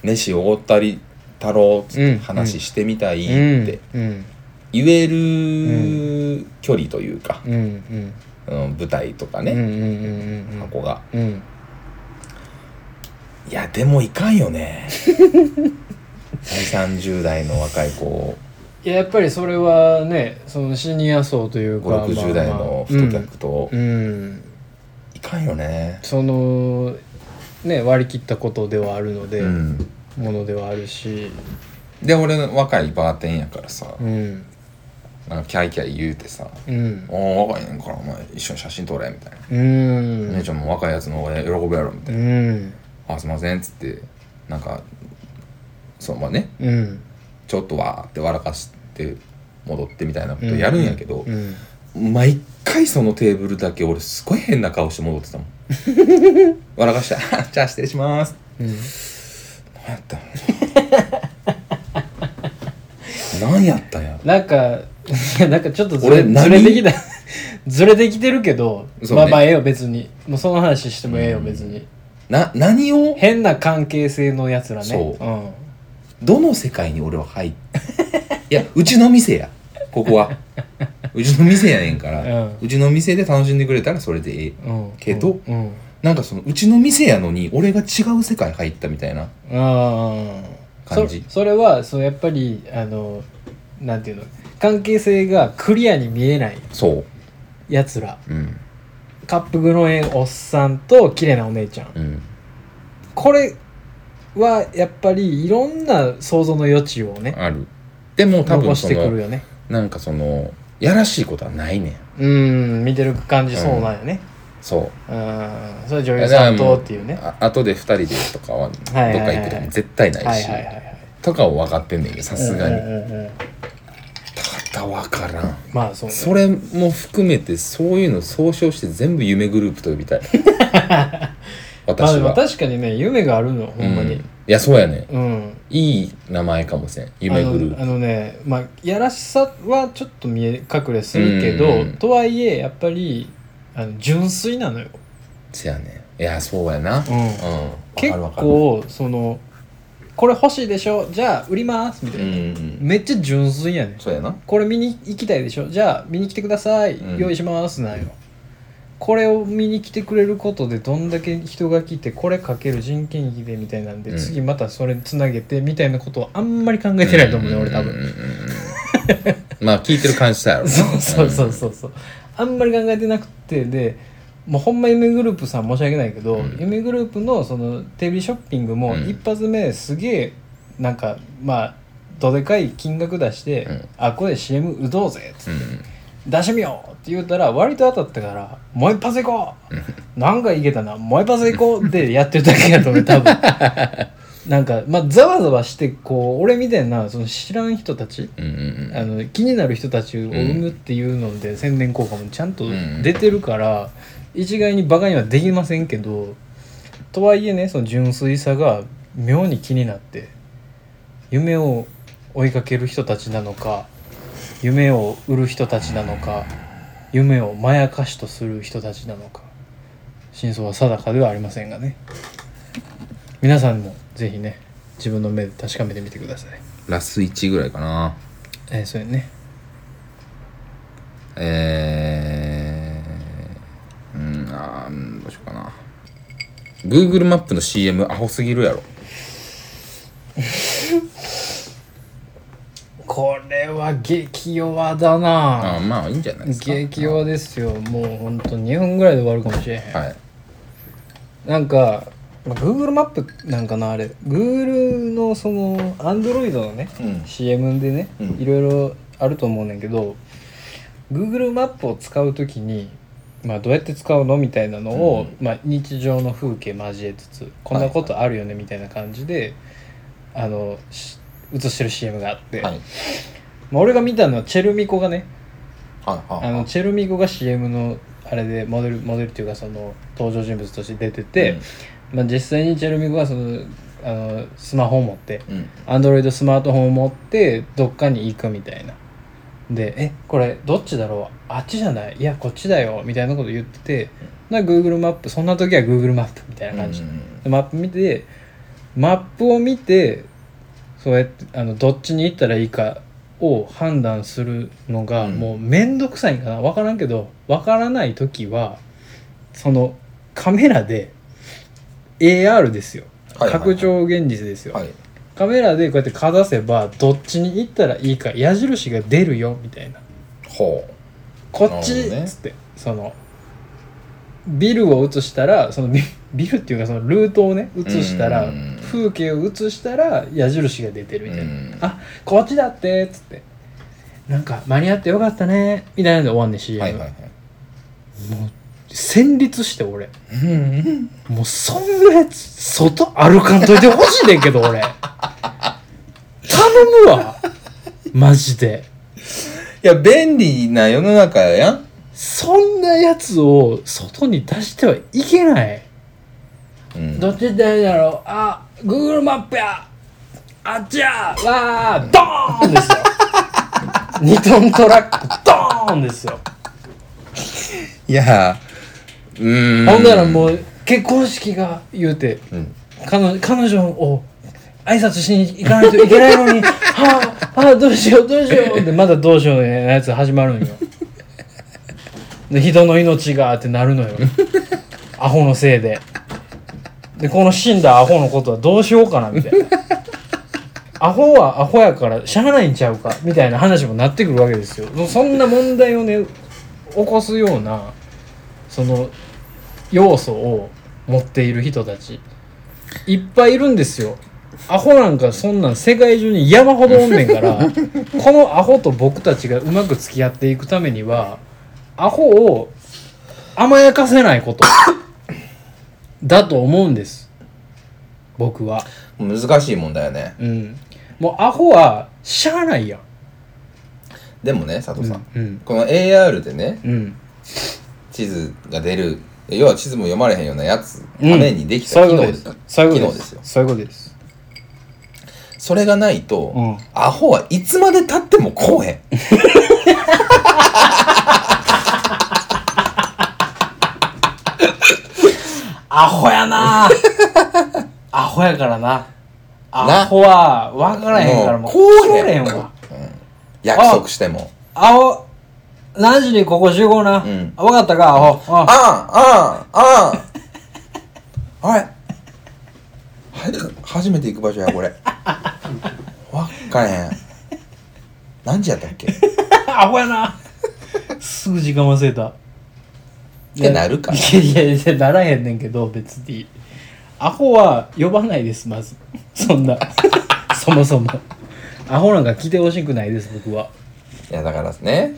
飯おごったり太郎つっ
う
て
ん
話してみたいっ
うん
て
うん
言える距離というか、
うんうん
うん舞台とか
うんう
ね、
んうん
箱が
うんうん
いやでもいかんよ ね30代の若い子
いややっぱりそれはねそのシニア層というか
5060代の太
まあまあ
客と
うん、うん
いかんよね
そのね割り切ったことではあるので、
うん
ものではあるし
で俺の若いバーテンやからさ
うん
なんかキャイキャイ言うてさ
うん
「おお若いねんからお前一緒に写真撮れ」みたいな
う
「
ん
姉ちゃんも若いやつの方が喜ぶやろ」みた
う
いな「
ん
あすいません」っつってなんかそうまあね
うん
ちょっとわーって笑かして戻ってみたいなことやるんやけど、
うん
毎回そのテーブルだけ俺すごい変な顔して戻って たもん笑かして「じゃあ失礼します」
うん
何やったんや何やったんや
なんか、いやなんかちょっとず
俺
れ
何
ずれてきた。 ずれてきてるけど、
そうね
まあまあええよ別に。もうその話してもええよ別に。
な何を
変な関係性のやつらね。
そう
うん。
どの世界に俺は入っいやうちの店やここはうちの店やねんから、
う
うちの店で楽しんでくれたらそれでいい
うん。
けど
うん。
なんかそのうちの店やのに俺が違う世界入ったみたいな
ああ
感じ
そそれはそうやっぱりあのなんていうの関係性がクリアに見えない
そう
やつら
うん
カップグロエンおっさんと綺麗なお姉ちゃん
うん
これはやっぱりいろんな想像の余地をね
あるでも多
残
分
し
そ
てくる
の
よね
なんかそのやらしいことはないねん
うん見てる感じそうなんよね
そう
うんそれ女優さんとっていうね
あ後で2人でとかはどっ
はいはい
か行くとかも絶対な
はいい
し
はいはいはい
とかを分かってんねんけどさすがに
うんうんうんうん
ただ分からん
まあそうね
それも含めてそういうの総称して全部夢グループと呼びたい
まあ
私
でも
は、
確かにね夢があるのほんま
うん
に
いやそうやね
うん
いい名前かもしれん夢グルー
あ
プ
のあのねまあやらしさはちょっと見え隠れするけど、
うんうん
とはいえやっぱりあの純粋なのよ、
せやねいやそうやなうん、
うん結
わかるわか
構そのこれ欲しいでしょじゃあ売りますみたい
るう
な、
んうん
めっちゃ純粋やねん
そうやな
これ見に行きたいでしょじゃあ見に来てください、
うん
用意しますなんよこれを見に来てくれることでどんだけ人が来てこれかける人件費でみたいなんで、
うん
次またそれつなげてみたいなことをあんまり考えてないと思うね、俺多分
うんうんうん うんまあ聞いてる感じさやろ
そうそうそうそうそうあんまり考えてなくてでもうほんま夢グループさん申し訳ないけど、
うん
夢グループのそのテレビショッピングも
うん
一発目すげえなんかまあどでかい金額出して「
うん
あこれ CM 打とうぜ」っつって
うん
出してみよう!」って言うたら割と当たったから「もう一発行こう!」なんかいけたなもう一発行こうってやってるだけやと思う多 分なんかまあざわざわしてこう俺みたいなその知らん人たち
うんうんうん
あの気になる人たちを生むっていうので、宣伝効果もちゃんと
ん
出てるから、一概にバカにはできませんけどとはいえねその純粋さが妙に気になって夢を追いかける人たちなのか夢を売る人たちなのか夢をまやかしとする人たちなのか真相は定かではありませんがね皆さんもぜひね自分の目で確かめてみてください。
ラス1ぐらいかな
えー、そうやね
えー、うんあーどうしようかな Google マップの CM アホすぎるやろ
これは激弱だな
あまあいいんじゃないですか
激弱ですよもうほんと2分ぐらいで終わるかもしれへん、
はい
なんかまあ Google マップなんかなあれ Google のその Android のね、
うん
CM でね、
うん
いろいろあると思うねんけど Google マップを使う時に、まあ、どうやって使うのみたいなのを、まあ、日常の風景交えつつこんなことあるよねみたいな感じで、あのし映してる CM があって、
はい
まあ、俺が見たのはチェルミコがね
はい
あのチェルミコが CM のあれでモデルモデルっていうかその登場人物として出てて、まあ、実際にチェルミコがそのあのスマホを持って
うんうん
アンドロイドスマートフォンを持ってどっかに行くみたいなで「えこれどっちだろうあっちじゃないいやこっちだよ」みたいなこと言っててな Google マップそんな時は Google マップみたいな感じ、でマップ見てマップを見てそうやってあのどっちに行ったらいいかを判断するのが、
うん
もう面倒くさいんかな分からんけど分からない時はそのカメラで AR ですよ、
はいはいはい
拡張現実ですよ、
はい
カメラでこうやってかざせばどっちに行ったらいいか矢印が出るよみたいな
ほ
こっち
なるほどね
っつって、そのビルを映したらそのビビルっていうかそのルートをね映したら
うん
風景を映したら矢印が出てるみたいな「
うん
あこっちだって」っつって「なんか間に合ってよかったね」みたいなので終わんねん
う
CM、
はいはいはい
もう戦慄して俺
うん
もうそんなやつ外歩かんといてほしいねんけど俺頼むわマジで
いや便利な世の中やん
そんなやつを外に出してはいけない
うん
どっちだだろうあ Google マップやあっちやわあドーンで すよ2トントラックドーンですよ
いやうーん
ほんならもう結婚式が言うて
うん
彼女彼女を挨拶しに行かないといけないのに はあ、はあ、どうしようどうしようでまだどうしようのやつ始まるんよで人の命がってなるのよアホのせいででこの死んだアホのことはどうしようかなみたいなアホはアホやからしゃあないんちゃうかみたいな話もなってくるわけですよもうそんな問題をね起こすようなその要素を持っている人たちいっぱいいるんですよアホなんかそんなん世界中に山ほどおんねんから このアホと僕たちがうまく付き合っていくためにはアホを甘やかせないこと だと思うんです僕は
難しい問題よね
うんもうアホはしゃあないやん
でもね佐藤さん、
うん
この AR でね
うん
地図が出る要は地図も読まれへんようなやつ
うん
ためにでき
そ
た
うい
機
うこ
能
と
で
です
す,、
そういう
機
こ
能
と
で
ですす
よ
そういうことです
それがないと、
うん
アホはいつまでたってもこう へん
アホやな アホやからなアホは分からへんからもう
こう
こ
へん
れへんわ
約束しても
アホ何時にここ集合な、
うん
分かったかアホ、
あんあん あんあれは初めて行く場所や これわっかへん何時やったっけっ
アホやなすぐ時間忘れた
てなるから
いやいやいやならへんねんけど別にアホは呼ばないですまずそ んなそもそもアホなんか来てほしくないです僕はい
やだからね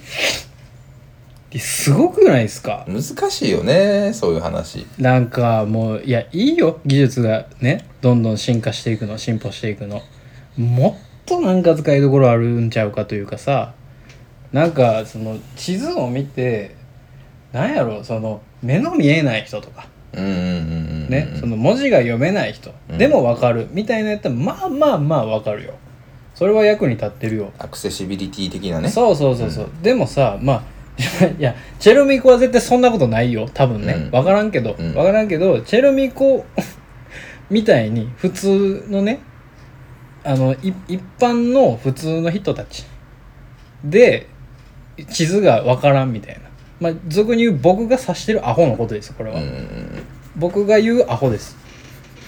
すごくないですか
難しいよねそういう話
なんかもういやいいよ技術がねどんどん進化していくの進歩していくのもっとなんか使いどころあるんちゃうかというかさなんかその地図を見てなんやろその目の見えない人とか
うんうんうんうんうん
ね、その文字が読めない人
うん
でもわかるみたいなやったらまあまあまあわかるよそれは役に立ってるよ、
アクセシビリティ的なね
そうそうそうそう、でもさまあ いやチェルミコは絶対そんなことないよ多分
う
ね
ん
わからんけど
うん
わからんけどチェルミコ みたいに普通のねあのい一般の普通の人たちで地図がわからんみたいなまあ俗に言う僕が指してるアホのことですよこれは、
うんうん
僕が言うアホです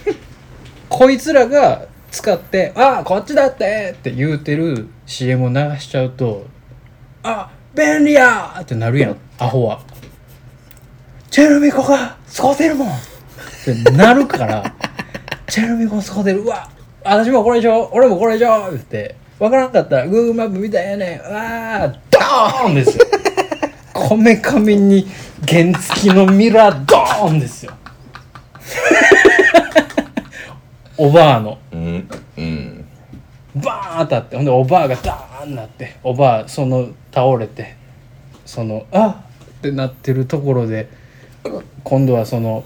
こいつらが使って「あこっちだって!」って言うてる CM を流しちゃうと「あ便利や!」ってなるやんアホは「チェルミコが使うてるもん!」ってなるから「 チェルミコ使うてるうわ私もこれでしょ俺もこれでしょ!」って分からんかったら Google マップみたいやねんあードーンです よこめかみに原付きのミラードーンですよ おばあの
うんうん
バーン当たってほんでおばあがダーンなっておばあその倒れてそのあっってなってるところで今度はその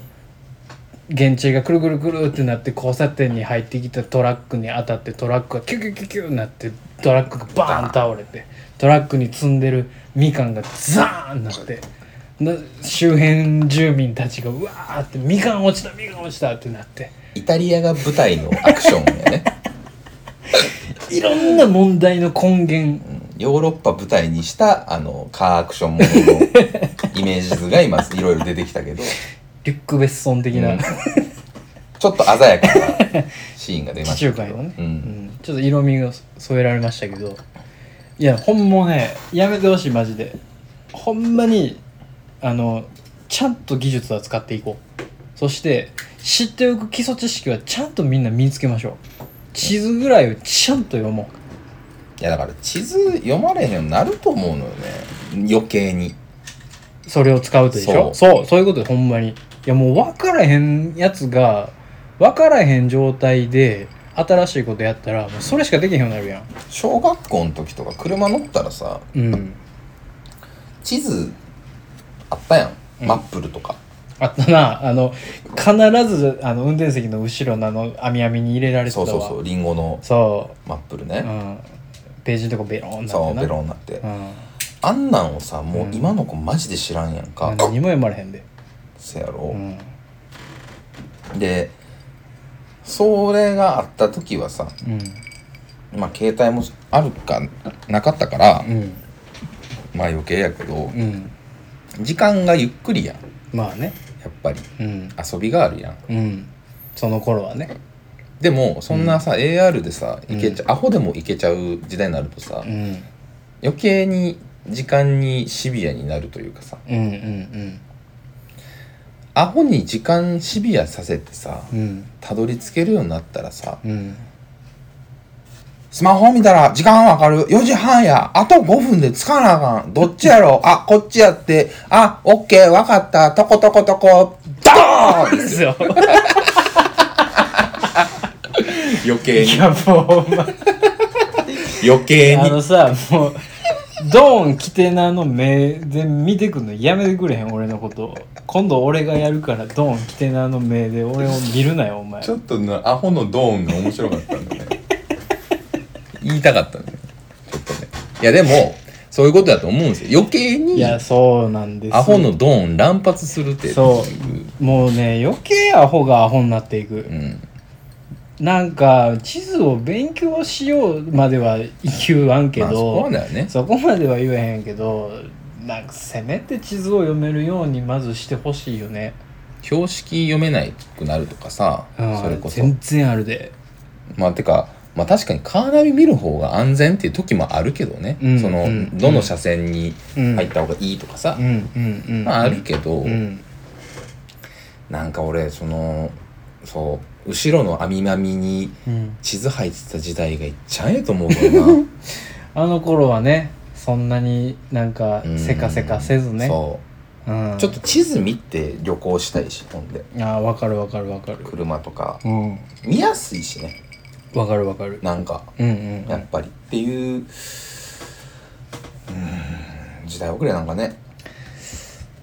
原地がくるくるくるってなって交差点に入ってきたトラックに当たってトラックがキュキュキュキュになってトラックがバーン倒れてトラックに積んでるみかんがザーンなってな周辺住民たちがうわーってみかん落ちたみかん落ちたってなって
イタリアが舞台のアクションやね
いろんな問題の根源
うんヨーロッパ舞台にしたあのカーアクションもののイメージ図が今いろいろ出てきたけど
リュック・ベッソン的な、
うんちょっと鮮やかなシーンが出ま
地
した
中
け
海
ど
のね、
う
うん
ん
ちょっと色味が添えられましたけどいやほんもねやめてほしいマジでほんまにあのちゃんと技術は使っていこうそして知っておく基礎知識はちゃんとみんな身につけましょう地図ぐらいをちゃんと読も
いやだから地図読まれへんようになると思うのよね余計に
うそれを使うとでしょそうそういうことでほんまにいやもう分からへんやつが分からへん状態で新しいことやったらもうそれしかできへんようになるやん
小学校の時とか車乗ったらさ
うん
地図あったや
うん
んマップルとか、
あったなあの必ずあの運転席の後ろのあの網網に入れられてた
そ
わ
うそうそうリンゴの
そ
マップル
うう
ね、
んページのとこベロンなってな
そうベロンになって、
うん
あんなんをさもううん今の子マジで知らんやんか、
何にも読まれへんで
せや
う
ろ、
ん
でそれがあった時はさ
うん
まあ携帯もあるかなかったから、
うん
まあ余計やけど
うん
時間がゆっくりやん
まあね
やっぱり
うん
遊びがあるやん
うんその頃はね
でもそんなさ、AR でさいけちゃ、アホでもいけちゃう時代になるとさ、
うん
余計に時間にシビアになるというかさ
うんうん
アホに時間シビアさせてさ
うんうん
たどり着けるようになったらさ
うん
スマホ見たら時間わかる ?4 時半や。あと5分でつかなあかん。どっちやろうあ、こっちやって。あ、オッケー、わかった。とことことこ、ドーン
ですよ
余計
い、やもうお前
余計
あ。のさもうドーンキテナの目で見てくんのやめてくれへん俺のこと今度俺がやるからドーンキテナの目で俺を見るなよお前
ちょっとな、アホのドーンが面白かったんだね。 言いたかったね。ちょっとね。いや、でも、そういうことだと思うんですよ。余計
い
に、
やそうなんです
アホのドーン乱発するって。。
そうもうね余計アホがアホになっていく
うん。
なんか地図を勉強しようまでは言わんけ
まあ、そこ
ど、
はだよね。
そこまでは言えへんけどなんかせめて地図を読めるようにまずしてほしいよね、
標識読めないくなるとかさ、
うん、
それこそ。
全然あるで
まあてか、まあ、確かにカーナビ見る方が安全っていう時もあるけどね、
うん
その
うん
どの車線に
うん
入った方がいいとかさ
う、んうんうん
まあ、あるけど、
うん
なんか俺そのそう後ろの網まみに
うん
地図入ってた時代がいっちゃええと思うけどな、
あの頃はねそんなになんか
うん
せかせかせずね、
そう
ん、
うちょっと地図見て旅行したいしほんで
ああわかるわかるわかる
車とか
うん
見やすいしね
わかるわかる
なんか
うんうん
やっぱりっていううーん時代遅れなんかね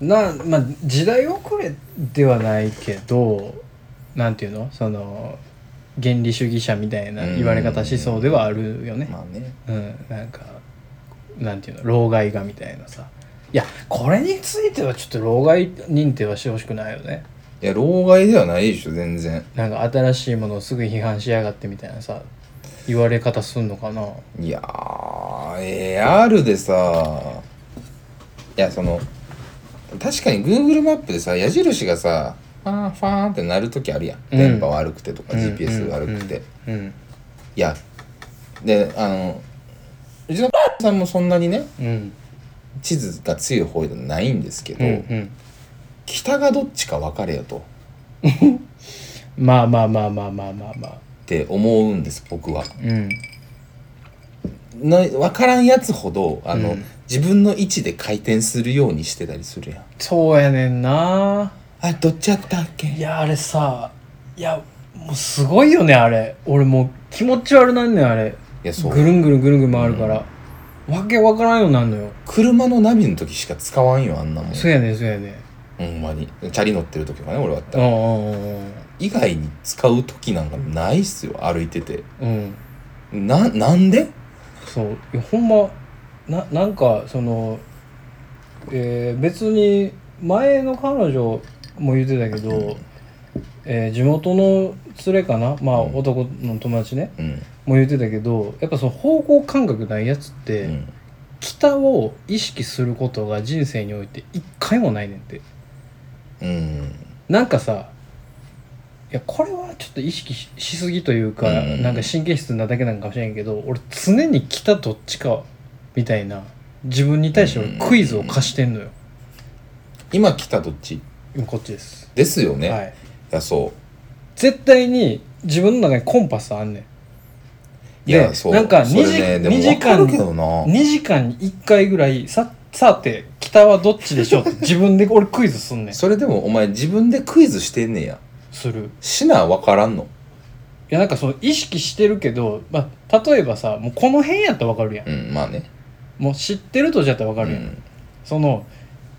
なまあ時代遅れではないけどなんていうのその原理主義者みたいな
うん
言われ方思想ではあるよね、
まあね
うん、なんかなんていうの老害がみたいなさいやこれについてはちょっと老害認定はしてほしくないよね
いや老害ではないでしょ全然
なんか新しいものをすぐ批判しやがってみたいなさ言われ方すんのかない
やー AR でさいやその確かに Google マップでさ矢印がさファーンファーンってなる時あるやん、
うん
電波悪くてとか
うん
GPS 悪くて、い
うん
やであのうちのさんもそんなにね
うん
地図が強い方ではないんですけど、
うんうん
北がどっちか分かれよとっ
まあまあまあまあまあまあまあ
て思うんです僕は
うん
な分からんやつほどあの、
うん
自分の位置で回転するようにしてたりするやん
そうやねんな
あどっちやったっけ
いやあれさいやもうすごいよねあれ俺もう気持ち悪なんねんあれ
いやそう
ぐるんぐるんぐるんぐるん回るから、わけわからんようになんのよ
車のナビの時しか使わんよあんなもん
そうやねんそうやねん
ほんまにチャリ乗ってる時とかね俺はあった
う
ら
んうん
以外に使う時なんかないっすよ歩いてて
うんうん
ななんで
そういやほんまななんかその、えー別に前の彼女も言ってたけど、えー地元の連れかなまあ
うん
男の友達ね
うん
も言ってたけどやっぱその方向感覚ないやつって、
うん
北を意識することが人生において一回もないねんって
うん
なんかさいやこれはちょっと意識ししすぎというか、
うん
なんか神経質なだけなんかもしれんけど俺常に北どっちかみたいな自分に対して俺クイズを課してんのよ、
今来たどっち
今こっちです、
ですよね、、
はいい、
やそ
絶対に自分の中にコンパスあんねん
ういや
で
そう
なんか
そ
2
れ
時,、
ねでも
2時
わか
間
るけどな
2時間に1回ぐらいささて北はどっちでしょうって自分で俺クイズすんねん
それでもお前自分でクイズしてんねや
する
しな分からんの
いやなんかその意識してるけど、まあ、例えばさもうこの辺やったらわかるやん
うんまあね
もう知ってる土地やったらわか
あ
るやん、
うん、
その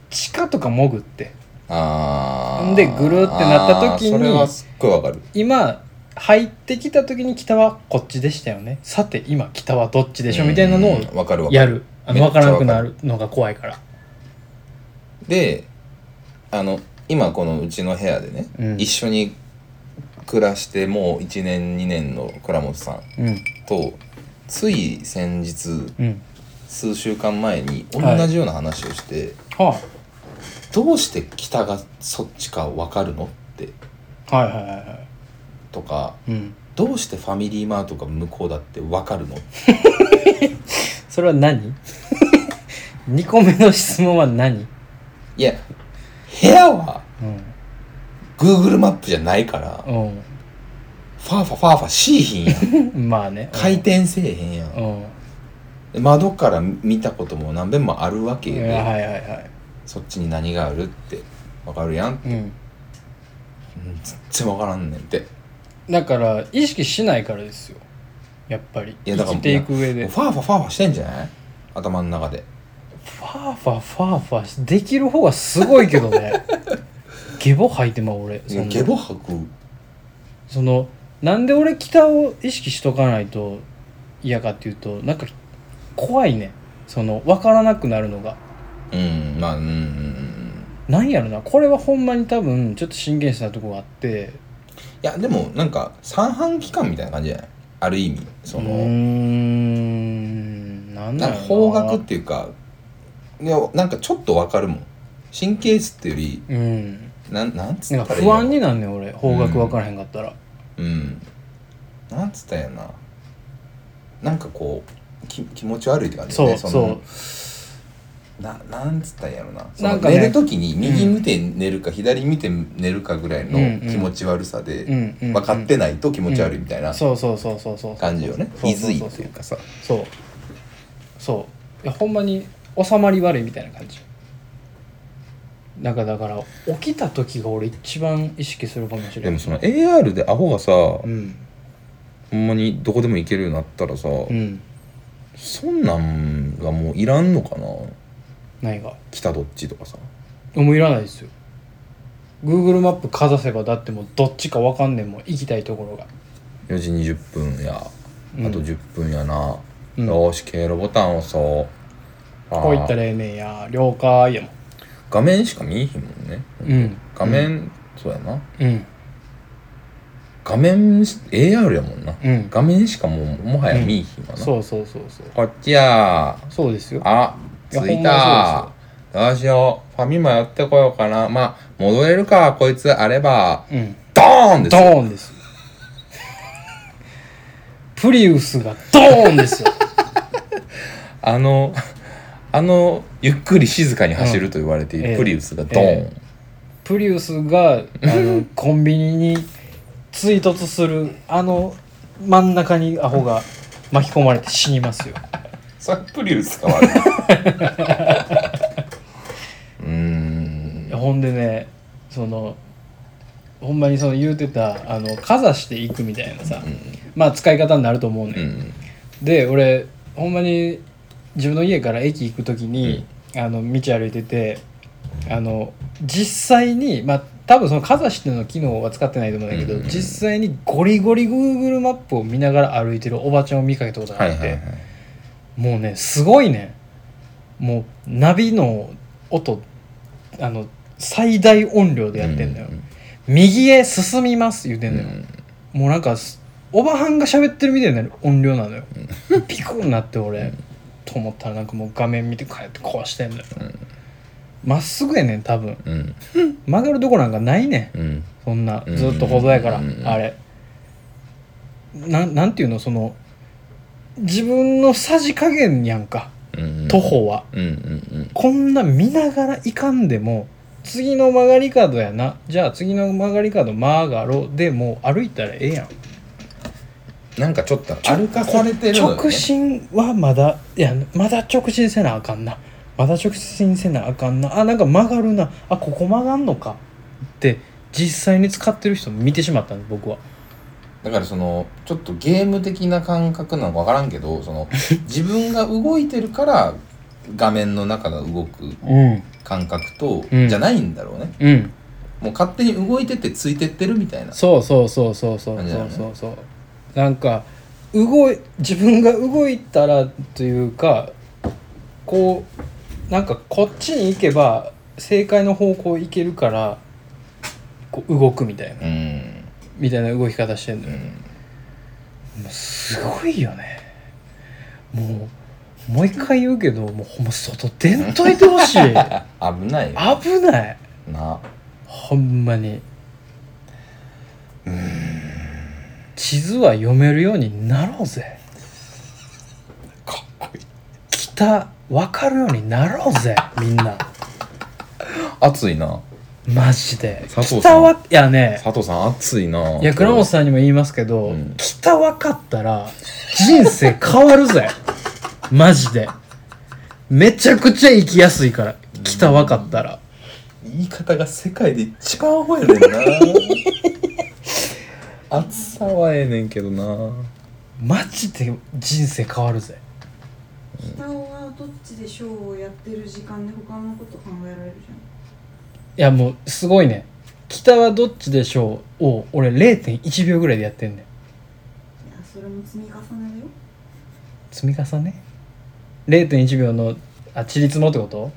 地下とか潜って
あー
でぐるってなった時に
あーそれはすっごいわかる
今入ってきた時に北はこっちでしたよねさて今北はどっちでしょ
うん
みたいなのを
わかるわかる
やるあの
めっ
分
ちゃ
か
わかる
らんくなるのが怖いから
であの今このうちの部屋でね、
うん
一緒に暮らしてもう1年2年の倉本さん
うん
とつい先日
うん
数週間前に同
はい
じような話をして、
は
どうして北がそっちか分かるのって
はいはいはいは
とか
いうん
どうしてファミリーマートが向こうだって分かるの
それは何 二個目の質問は何
いや部屋は
うん。
Google マップじゃないからファーファファーファしいひんやん
うん。まあね。
回転せえへ んや
うんん。
で窓から見たことも何べんもあるわけ
うん。
よ
いや
ね
はいはいはい。
そっちに何があるって分かるやん
うん。
うん全然分からんねんって
だから、意識しないからですよ。やっぱり。
いやだ
生
から
きていく上
もう
で。
ファーファファーファしてんじゃない頭の中で
ファーファーファーファーできる方がすごいけ どねゲボ吐いてまう俺
い
そ
や
んな
ゲボ吐く
そのなんで俺北を意識しとかないと嫌かっていうとなんか怖いねその分からなくなるのが
うんまあうんうんうん
なんやろなこれはほんまに多分ちょっと神経質なとこがあって
いやでもなんか三半規管みたいな感じじゃないある意味
う
そ
ー
の、
んなんだ
なん
ろ
か
うな
方角っていうかいやなんかちょっとわかるもん神経質ってより
うん
なんなんつ
なん
った
から
いい
不安に
な
なんねん俺方角分からへんかったら、
うんなんつったんやななんかこうき気持ち悪いって感じだ
そ
よ
う
ね
そう
のななんつったんやろなその
なんかね
寝る時に右見て寝るか、左見て寝るかぐらい
うんうん
の気持ち悪さで、
うんうん、うん、
分かってないと気持ち悪いみたいな
そうそうそうそうそう
感じよね
そう
い
そ
ず
う
い
そう
っていうかさ
そうそういやほんまに収まり悪いみたいな感じなんかだから起きた時が俺一番意識するかもし
で
れな
も
い
その AR でアホがさ
うん
ほんまにどこでも行けるようになったらさ、
うん
そんなんがもういらんのかな
何が
北どっちとかさ
もういらないですよ Google マップかざせばだってもうどっちかわかんねんもん行きたいところが
4時20分やあ
うん
と10分やな、
うん
よーし経路ボタン押そうあー
こういったらええねんや了解やも
画面しか見えへんもんね
んうん
画面、そうやな
うん
画面し AR やもんな、
うん
画面しかもうもはや見えへんわな、
そうそうそうそう
こっちやー
そうですよ
あ
い
着
やほ
い
んま
たどうしようファミマ寄ってこようかなまあ戻れるかこいつあれば
うん
ドーンです
ド
よ
ーンですよプリウスがドーンですよ
あの、あの、ゆっくり静かに走ると言われてい
うんえ
る
え
プリウスがドーン。
えプリウスがあのコンビニに追突するあの真ん中にアホが巻き込まれて死にますよ
さプリウスが悪い。うーん。
ほんでねそのほんまにその言うてたあのかざしていくみたいなさ、まあ使い方になると思うね、
うんん。
で俺ほんまに自分の家から駅行く時に、あの道歩いててあの実際にまあ多分そのかざしっていうの機能は使ってないと思うんだけど、
うんうんうん
実際にゴリゴリ Google マップを見ながら歩いてるおばちゃんを見かけたことが
はい
あっ
は
て、
いはい。
もうねすごいねもうナビの音あの最大音量でやってんだよ、
う
右へ進みます言うてんだよ、
ん
もうなんかすおばはんが喋ってるみたいな音量なのよピクンなって俺、と思ったらなんかもう画面見て帰って壊してんの
ん
よま、っすぐやねん多分
うん。
曲がるとこなんかないねん
うん。
そんな
うん
ずっと歩道やから、
うん
あれなんなんていうのその自分のさじ加減やんか
うん。
徒。歩は、
うんうん
こんな見ながらいかんでも次の曲がり角やなじゃあ次の曲がり角曲がろうでもう歩いたらええや
う
ん
ん。なんかちょっと歩かされてるのよ、ね。
直進はまだいやまだ直進せなあかんなまだ直進せなあかんなあなんか曲がるなあここ曲がんのかって実際に使ってる人見てしまったんです僕は
だからそのちょっとゲーム的な感覚なのか分からんけどその自分が動いてるから画面の中が動く
うん
感覚と、
うん
じゃないんだろうね
うん
もう勝手に動いてってついてってるみたいな
そうそうそうそうそう
感じだ
そ
よ
う
ね
そうそうなんか動い自分が動いたらというかこうなんかこっちに行けば正解の方向行けるからこう動くみたいな
うん
みたいな動き方してんの
う
よ
ん
もうすごいよねもうもう一回言うけどもうほんま外出んといてほしい
危ないよ
危ない
な
ほんまに地図は読めるようになろうぜ
かっこいい
北分かるようになろうぜみんな
暑いな
マジで
佐藤さん
北はいやね
佐藤さん暑いない
や倉本さんにも言いますけど、
うん
北分かったら人生変わるぜ マジでめちゃくちゃ生きやすいから北分かったら
言い方が世界で一番アホやねん な暑さはええねんけどな
マジで人生変わるぜ
北尾はどっちでショーをやってる時間で他のこと考えられるじ
いやもうすごいね北はどっちでしょうを俺0.1秒ぐらいでやってんねん
ゃんいやそれも積み重ねだよ
積み重ね0.1秒のあちりつもってこと
そう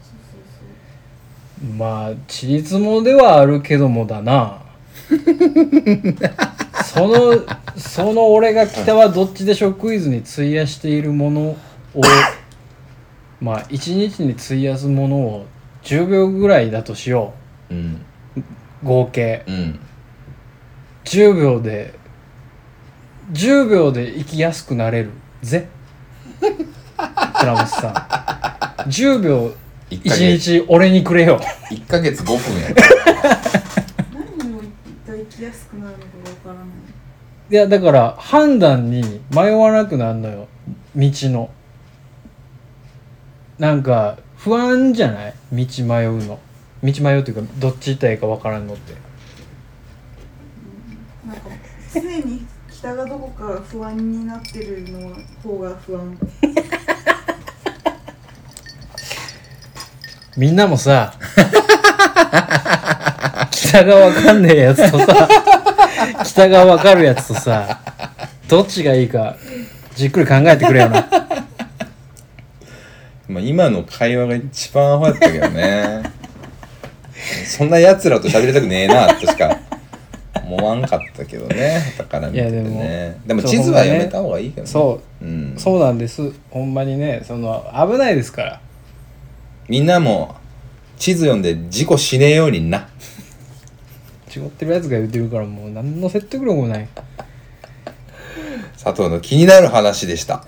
そうそう
まあちりつもではあるけどもだなそのその俺が北はどっちでしょうクイズに費やしているものをまあ1日に費やすものを10秒ぐらいだとしよ
うん
う合計
うん
10秒で10秒で生きやすくなれる ぜ倉本さん10秒
1ヶ
1
月
日俺にくれよ
一ヶ月5分や
何を言ったら生きやすくなるのかわからない
いやだから判断に迷わなくなるのよ道のなんか不安じゃない道迷うの道迷うというかどっち行ったらいいかわからんのって
なんか常に北がどこか不安になってるの方が不安
みんなもさ 北がわかんねえやつと さ北がわかるやつとさどっちがいいかじっくり考えてくれよな
まあ今の会話が一番アホやったけどね そんなやつらと喋りたくねえなとしか思わんかったけどねだから見てて
いや
ね
で
で
も
も地図は読めた方がいいけどね、
そう
ん、
う そうなんですほんまにねその危ないですから
みんなも地図読んで事故しねえようにな
違ってるやつが言ってるからもう何の説得力もない
佐藤の気になる話でした